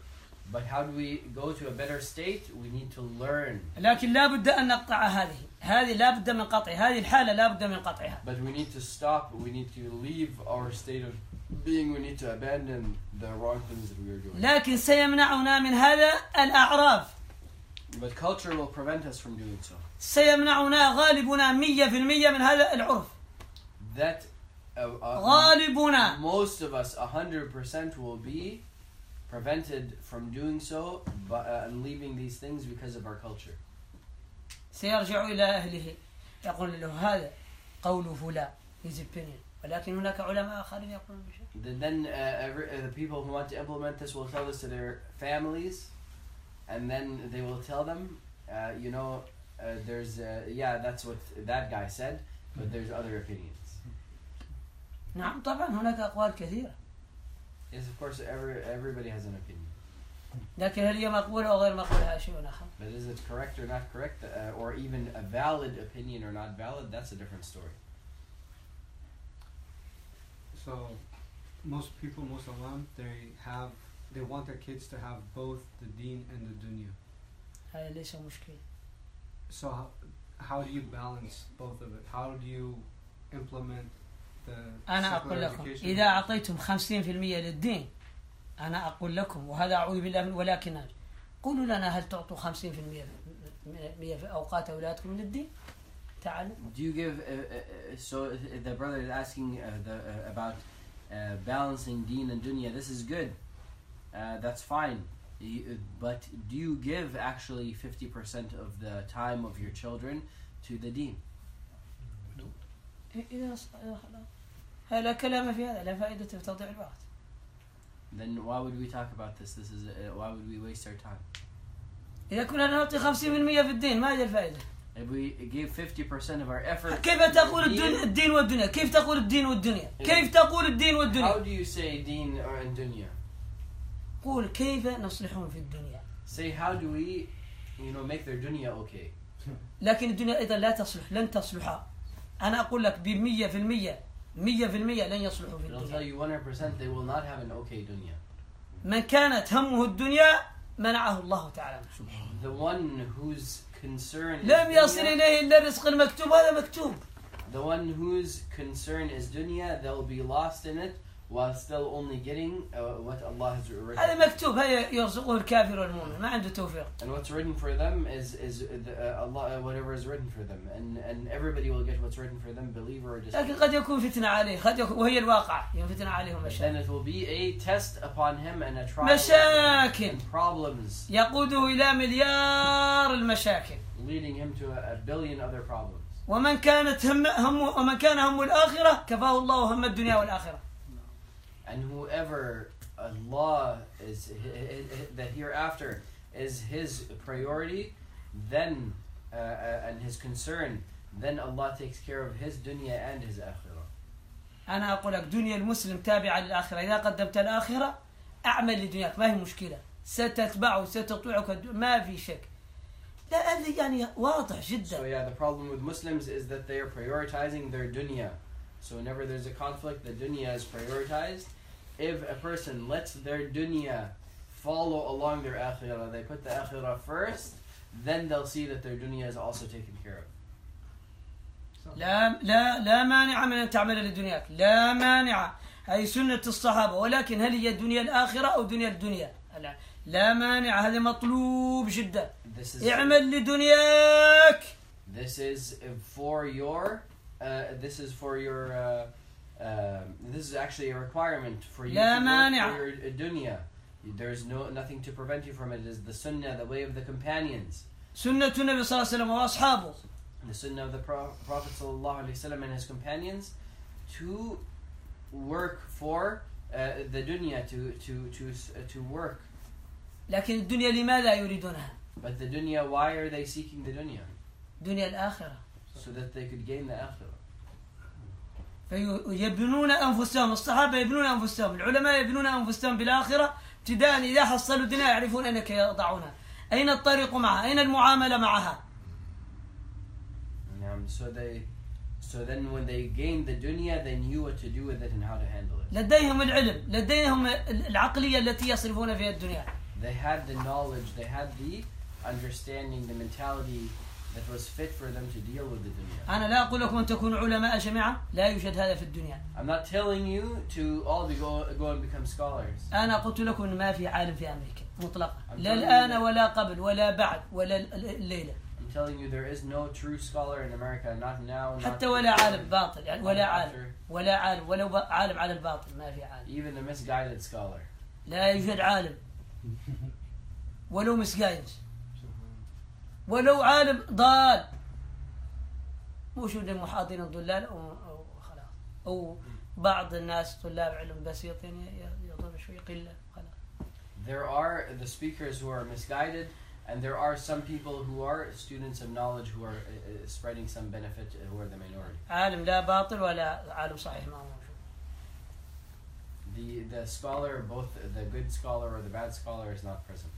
[SPEAKER 2] But how do we go to a better state? We need to learn.
[SPEAKER 1] لكن لا بد أن نقطع هذه هذه لا بد من قطع هذه الحالة لا بد من قطعها
[SPEAKER 2] But we need to stop. We need to leave our state of being. We need to abandon the wrong things that we are doing.
[SPEAKER 1] لكن سيمنعنا من هذا الأعراف
[SPEAKER 2] But culture will prevent us from doing so.
[SPEAKER 1] سيمنعنا غالبنا 100% من هذا العرف
[SPEAKER 2] That uh, uh,
[SPEAKER 1] غالبنا
[SPEAKER 2] most of us, 100%, will be prevented from doing so by, uh, and leaving these things because of our culture.
[SPEAKER 1] سيرجع إلى أهله يقول له هذا قول فلان his opinion ولكن هناك علماء آخرين يقولون بشيء
[SPEAKER 2] Then, then uh, every, uh, the people who want to implement this will tell this to their families, and then they will tell them, uh, you know, uh, there's, uh, yeah, that's what that guy said, but there's other opinions.
[SPEAKER 1] نعم طبعا هناك أقوال كثيرة
[SPEAKER 2] Yes, of course, every, everybody has an opinion.
[SPEAKER 1] لكن هل هي مقبولة أو غير مقبولة هذا شيء آخر
[SPEAKER 2] But is it correct or not correct, uh, or even a valid opinion or not valid, that's a different story.
[SPEAKER 5] So, most people, most Muslim, they have, they want their kids to have both the Deen and the Dunya.
[SPEAKER 1] هذا ليس مشكلة
[SPEAKER 5] So, how, how do you balance both of it? How do you implement the
[SPEAKER 1] أنا
[SPEAKER 5] secular
[SPEAKER 1] أقول لكم
[SPEAKER 5] education?
[SPEAKER 1] إذا أعطيتم 50% للدين أنا أقول لكم وهذا أعوذ بالله من ولكن قولوا لنا هل تعطوا 50% من- مية في أوقات أولادكم للدين تعالوا
[SPEAKER 2] Do you give? Uh, uh, uh, so uh, the brother is asking uh, the, uh, about uh, balancing deen and dunya. This is good. Uh, that's fine. You, uh, but do you give actually fifty percent of the time of your children to the deen?
[SPEAKER 1] إذا ص- إذا خلاص. هذا لا كلام في هذا لا فائدة في تضييع الوقت
[SPEAKER 2] Then why would we talk about this? This is uh, why would we waste our time?
[SPEAKER 1] إذا كنا نعطي 50% في الدين ما هي الفائدة
[SPEAKER 2] If we gave fifty percent of our effort,
[SPEAKER 1] كيف
[SPEAKER 2] to the
[SPEAKER 1] تقول الدين,
[SPEAKER 2] deen,
[SPEAKER 1] الدين والدنيا كيف تقول الدين والدنيا كيف تقول الدين
[SPEAKER 2] How
[SPEAKER 1] والدنيا
[SPEAKER 2] do you say deen or and dunya?
[SPEAKER 1] قول كيف نصلحون في الدنيا
[SPEAKER 2] Say how do we, you know, make their dunya okay?
[SPEAKER 1] لكن الدنيا ايضا لا تصلح لن تصلح انا اقول لك ب 100% 100% لن يصلحوا في
[SPEAKER 2] I'll tell
[SPEAKER 1] الدنيا
[SPEAKER 2] you one hundred percent they will not have an okay dunya.
[SPEAKER 1] من كانت همه الدنيا منعه الله تعالى
[SPEAKER 2] The one whose concern is
[SPEAKER 1] لم يصل
[SPEAKER 2] dunya,
[SPEAKER 1] إليه إلا الرزق المكتوب هذا مكتوب
[SPEAKER 2] the one whose concern is dunya, they'll be lost in it while still only getting uh, what Allah has written.
[SPEAKER 1] هذا مكتوب هذا يرزقه الكافر والمؤمن ما عنده توفيق
[SPEAKER 2] And what's written for them is is the, uh, Allah uh, whatever is written for them, and and everybody will get what's written for them, believer or
[SPEAKER 1] لكن
[SPEAKER 2] disbeliever.
[SPEAKER 1] قد يكون فتنة عليه قد يكون وهي الواقع يوم فتنة عليهم
[SPEAKER 2] Then
[SPEAKER 1] مشاكل
[SPEAKER 2] it will be a test upon him and a trial
[SPEAKER 1] مشاكل
[SPEAKER 2] and problems,
[SPEAKER 1] يقوده إلى مليار المشاكل
[SPEAKER 2] leading him to a, a billion other problems.
[SPEAKER 1] ومن كانت هم همه ومن كان همه الآخرة كفاه الله هم الدنيا والآخرة
[SPEAKER 2] And whoever Allah is that hereafter is his priority, then uh, uh, and his concern, then Allah takes care of his dunya and his akhirah.
[SPEAKER 1] أنا أقول لك دنيا المسلم تابعة للآخرة إذا قدمت الآخرة أعمل لدنياك ما هي مشكلة ستتبعه ستطيعك الد- ما في شك لا هذا يعني واضح
[SPEAKER 2] So
[SPEAKER 1] جدا
[SPEAKER 2] yeah, the problem with Muslims is that they are prioritizing their dunya. So whenever there's a conflict, the dunya is prioritized. If a person lets their dunya follow along their akhirah, they put the akhirah first, then they'll see that their dunya is also taken care of.
[SPEAKER 1] لا لا لا مانع من أن تعمل لدنياك لا مانع هذه سنة الصحابة ولكن هل هي دنيا الآخرة أو دنيا الدنيا لا, لا مانع هذا مطلوب جدا
[SPEAKER 2] This is
[SPEAKER 1] اعمل لدنياك
[SPEAKER 2] This is for your. Uh, this is for your. Uh, um this is actually a requirement for you
[SPEAKER 1] لا
[SPEAKER 2] to
[SPEAKER 1] مانع.
[SPEAKER 2] work for your dunya. There is no nothing to prevent you from it. It is the sunnah, the way of the companions,
[SPEAKER 1] سنة النبي صلى الله عليه وسلم وأصحابه
[SPEAKER 2] the sunnah of the Pro- Prophet sallallahu alaihi wasallam and his companions, to work for uh, the dunya, to to to s- uh, to work.
[SPEAKER 1] لكن الدنيا لماذا يريدونها
[SPEAKER 2] But the dunya, why are they seeking the dunya?
[SPEAKER 1] دنيا الآخرة
[SPEAKER 2] So that they could gain the akhirah.
[SPEAKER 1] فيبنون انفسهم الصحابه يبنون انفسهم العلماء يبنون انفسهم بالاخره ابتداء اذا حصلوا دنيا يعرفون انك يضعونها اين الطريق معها اين المعامله معها
[SPEAKER 2] Um, so they, so then when they gained the dunya, they knew what to do with it and how to handle it.
[SPEAKER 1] لديهم العلم لديهم العقليه التي يصرفون فيها الدنيا
[SPEAKER 2] They had the knowledge, they had the understanding, the mentality that was fit for them to deal with the dunya.
[SPEAKER 1] انا لا اقول لكم ان تكونوا علماء جميعا لا يوجد هذا في الدنيا
[SPEAKER 2] I'm not telling you to all be go go and become scholars.
[SPEAKER 1] انا قلت لكم إن ما في عالم في امريكا مطلقا لا
[SPEAKER 2] أمثال
[SPEAKER 1] الان
[SPEAKER 2] من-
[SPEAKER 1] ولا قبل ولا بعد ولا الليله
[SPEAKER 2] I'm telling you there is no true scholar in America, not now, not
[SPEAKER 1] حتى ولا عالم باطل يعني ولا عالم
[SPEAKER 2] after.
[SPEAKER 1] ولا عالم ولا با- عالم على الباطل ما في عالم
[SPEAKER 2] Even a misguided scholar.
[SPEAKER 1] لا يوجد عالم ولو مسقايس ولو عالم ضال موجود المحاضين الضلال أو, أو خلاص أو بعض الناس طلاب علم بسيط يعني يضرب شوي قلة خلاص
[SPEAKER 2] There are the speakers who are misguided, and there are some people who are students of knowledge who are uh, uh, spreading some benefit, uh, who are the minority.
[SPEAKER 1] عالم لا باطل ولا عالم صحيح ما هو موجود
[SPEAKER 2] The the scholar, both the good scholar or the bad scholar, is not present.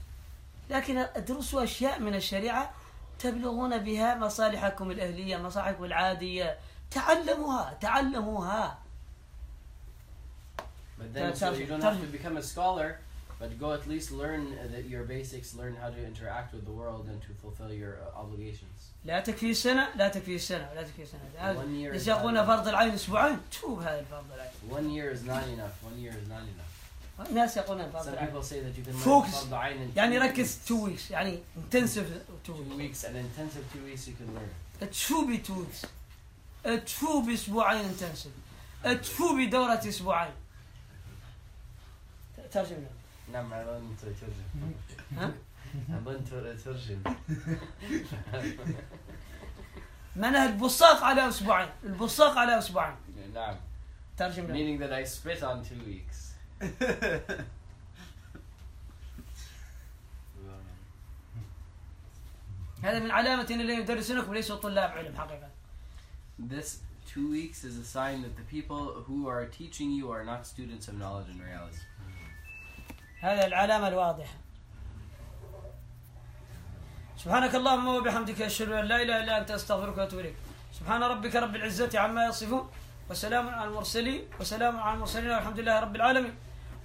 [SPEAKER 1] لكن ادرسوا أشياء من الشريعة تبلغون بها مصالحكم الأهلية مصالحكم العادية تعلموها تعلموها
[SPEAKER 2] But then,
[SPEAKER 1] That's
[SPEAKER 2] so
[SPEAKER 1] actually-
[SPEAKER 2] you don't have to become a scholar, but go at least learn uh, the, your basics, learn how to interact with the world, and to fulfill your uh, obligations.
[SPEAKER 1] لا تكفي سنة لا تكفي سنة لا تكفي سنة هذا
[SPEAKER 2] One year, is not
[SPEAKER 1] يساقون
[SPEAKER 2] enough.
[SPEAKER 1] فرض العين اسبوعين شوف هذا الفرض العين
[SPEAKER 2] one year is not enough. One year is not enough.
[SPEAKER 1] الناس يقولون فرض
[SPEAKER 2] Some
[SPEAKER 1] العين
[SPEAKER 2] people say that you can learn
[SPEAKER 1] Focus.
[SPEAKER 2] Fard Ain in
[SPEAKER 1] يعني
[SPEAKER 2] two
[SPEAKER 1] ركز
[SPEAKER 2] weeks.
[SPEAKER 1] تو ويكس يعني انتنسف تو
[SPEAKER 2] Two
[SPEAKER 1] ويكس
[SPEAKER 2] weeks, an intensive two weeks, you can learn.
[SPEAKER 1] تشو بتو ويكس تشو باسبوعين انتنسف تشو بدورة اسبوعين ترجم لهم
[SPEAKER 2] نعم علون ترجم.
[SPEAKER 1] ها؟
[SPEAKER 2] علون ترجم.
[SPEAKER 1] معناها البصاق على اسبوعين البصاق على اسبوعين
[SPEAKER 2] نعم.
[SPEAKER 1] ترجم لهم
[SPEAKER 2] Meaning that I spit on two weeks.
[SPEAKER 1] هذا من علامة ان الذين يدرسونكم ليسوا طلاب علم حقيقة
[SPEAKER 2] This two weeks is a sign that the people who are teaching you are not students of knowledge in reality.
[SPEAKER 1] هذا العلامة الواضحة سبحانك اللهم وبحمدك أشهد أن لا إله إلا أنت أستغفرك وأتوب إليك سبحان ربك رب العزة عما يصفون وسلام على المرسلين وسلام على المرسلين والحمد لله رب العالمين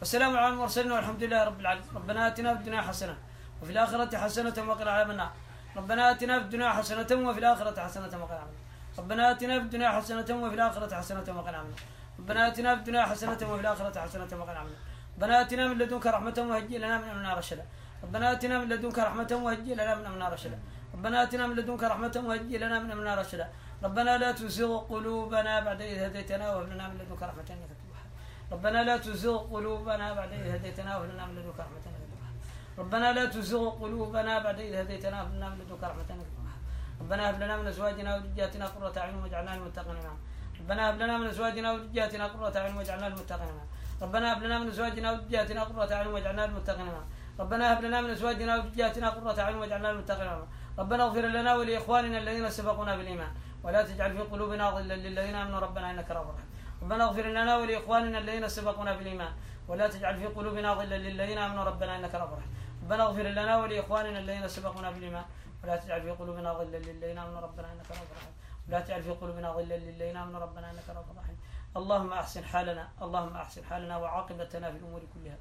[SPEAKER 1] وسلام على المرسلين والحمد لله رب العالمين ربنا آتنا في الدنيا حسنة وفي الآخرة حسنة وقنا عذاب النار ربنا آتنا في الدنيا حسنة وفي الآخرة حسنة وقنا عذاب النار. ربنا آتنا في الدنيا حسنة وفي الآخرة حسنة وقنا عذاب النار. ربنا آتنا في الدنيا حسنة وفي الآخرة حسنة وقنا عذاب النار. ربنا آتنا من لدنك رحمة وهيئ لنا من أمرنا رشدا ربنا آتنا من لدنك رحمة وهيئ لنا من أمرنا رشدا ربنا آتنا من لدنك رحمة وهيئ لنا من أمرنا رشدا ربنا لا تزغ قلوبنا بعد إذ هديتنا وهب لنا من لدنك رحمة إنك أنت الوهاب. ربنا لا تزغ قلوبنا بعد إذ هديتنا وهب لنا من لدنك رحمة إنك أنت الوهاب. ربنا لا تزغ قلوبنا بعد إذ هديتنا وهب لنا من لدنك رحمة إنك أنت الوهاب. ربنا هب لنا من أزواجنا وذرياتنا قرة أعين واجعلنا للمتقين إماما ربنا هب لنا من أزواجنا وذرياتنا قرة أعين واجعلنا للمتقين إماما ربنا هب لنا من أزواجنا وذرياتنا قرة أعين واجعلنا للمتقين إماما ربنا هب لنا من أزواجنا وذرياتنا قرة أعين واجعلنا للمتقين إماما ربنا اغفر لنا ولإخواننا الذين سبقونا بالإيمان ولا تجعل في قلوبنا غلا للذين آمنوا ربنا إنك رؤوف رحيم ربنا اغفر لنا ولإخواننا الذين سبقونا بالإيمان ولا تجعل في قلوبنا غلا للذين آمنوا ربنا إنك رؤوف رحيم ربنا اغفر لنا ولإخواننا الذين سبقونا بالإيمان ولا تجعل في قلوبنا غلا للذين آمنوا ربنا إنك رؤوف رحيم ولا تجعل في قلوبنا غلا للذين آمنوا ربنا إنك رؤوف رحيم اللهم أحسن حالنا اللهم أحسن حالنا وعاقبتنا في الأمور كلها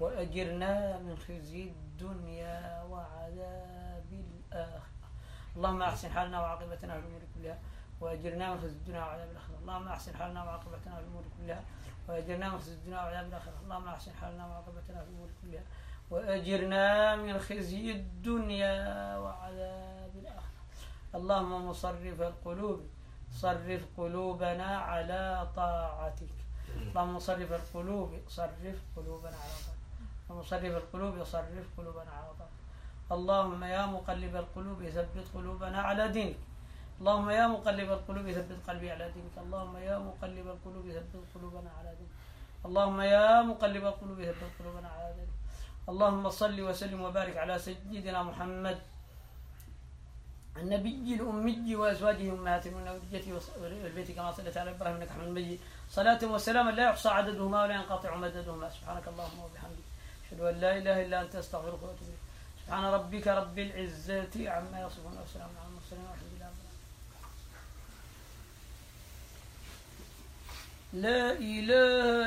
[SPEAKER 1] وأجرنا من خزي الدنيا وعذاب الآخرة اللهم أحسن حالنا وعاقبتنا في الأمور كلها وأجرنا من خزي الدنيا وعذاب الآخرة اللهم أحسن حالنا وعاقبتنا في الأمور كلها وأجرنا من خزي الدنيا وعذاب الآخرة اللهم أحسن حالنا وعاقبتنا في الأمور كلها وأجرنا من خزي الدنيا وعذاب الآخرة اللهم مصرف القلوب صرف قلوبنا على طاعتك اللهم صرف القلوب صرف قلوبنا على طاعتك اللهم صرف القلوب صرف قلوبنا على طاعتك اللهم يا مقلب القلوب ثبت قلوبنا على دينك اللهم يا مقلب القلوب ثبت قلبي على دينك اللهم يا مقلب القلوب ثبت قلوبنا على دينك اللهم يا مقلب القلوب ثبت قلوبنا على دينك اللهم صل وسلم وبارك على سيدنا محمد النبي الأمي وأزواجه أمهات من ذريته والبيت كما صليت على إبراهيم إنك حميد مجيد صلاة وسلاما لا يحصى عددهما ولا ينقطع مددهما سبحانك اللهم وبحمدك أشهد أن لا إله إلا أنت أستغفرك وأتوب إليك سبحان ربك رب العزة عما يصفون وسلام على المرسلين والحمد لله رب العالمين. لا إله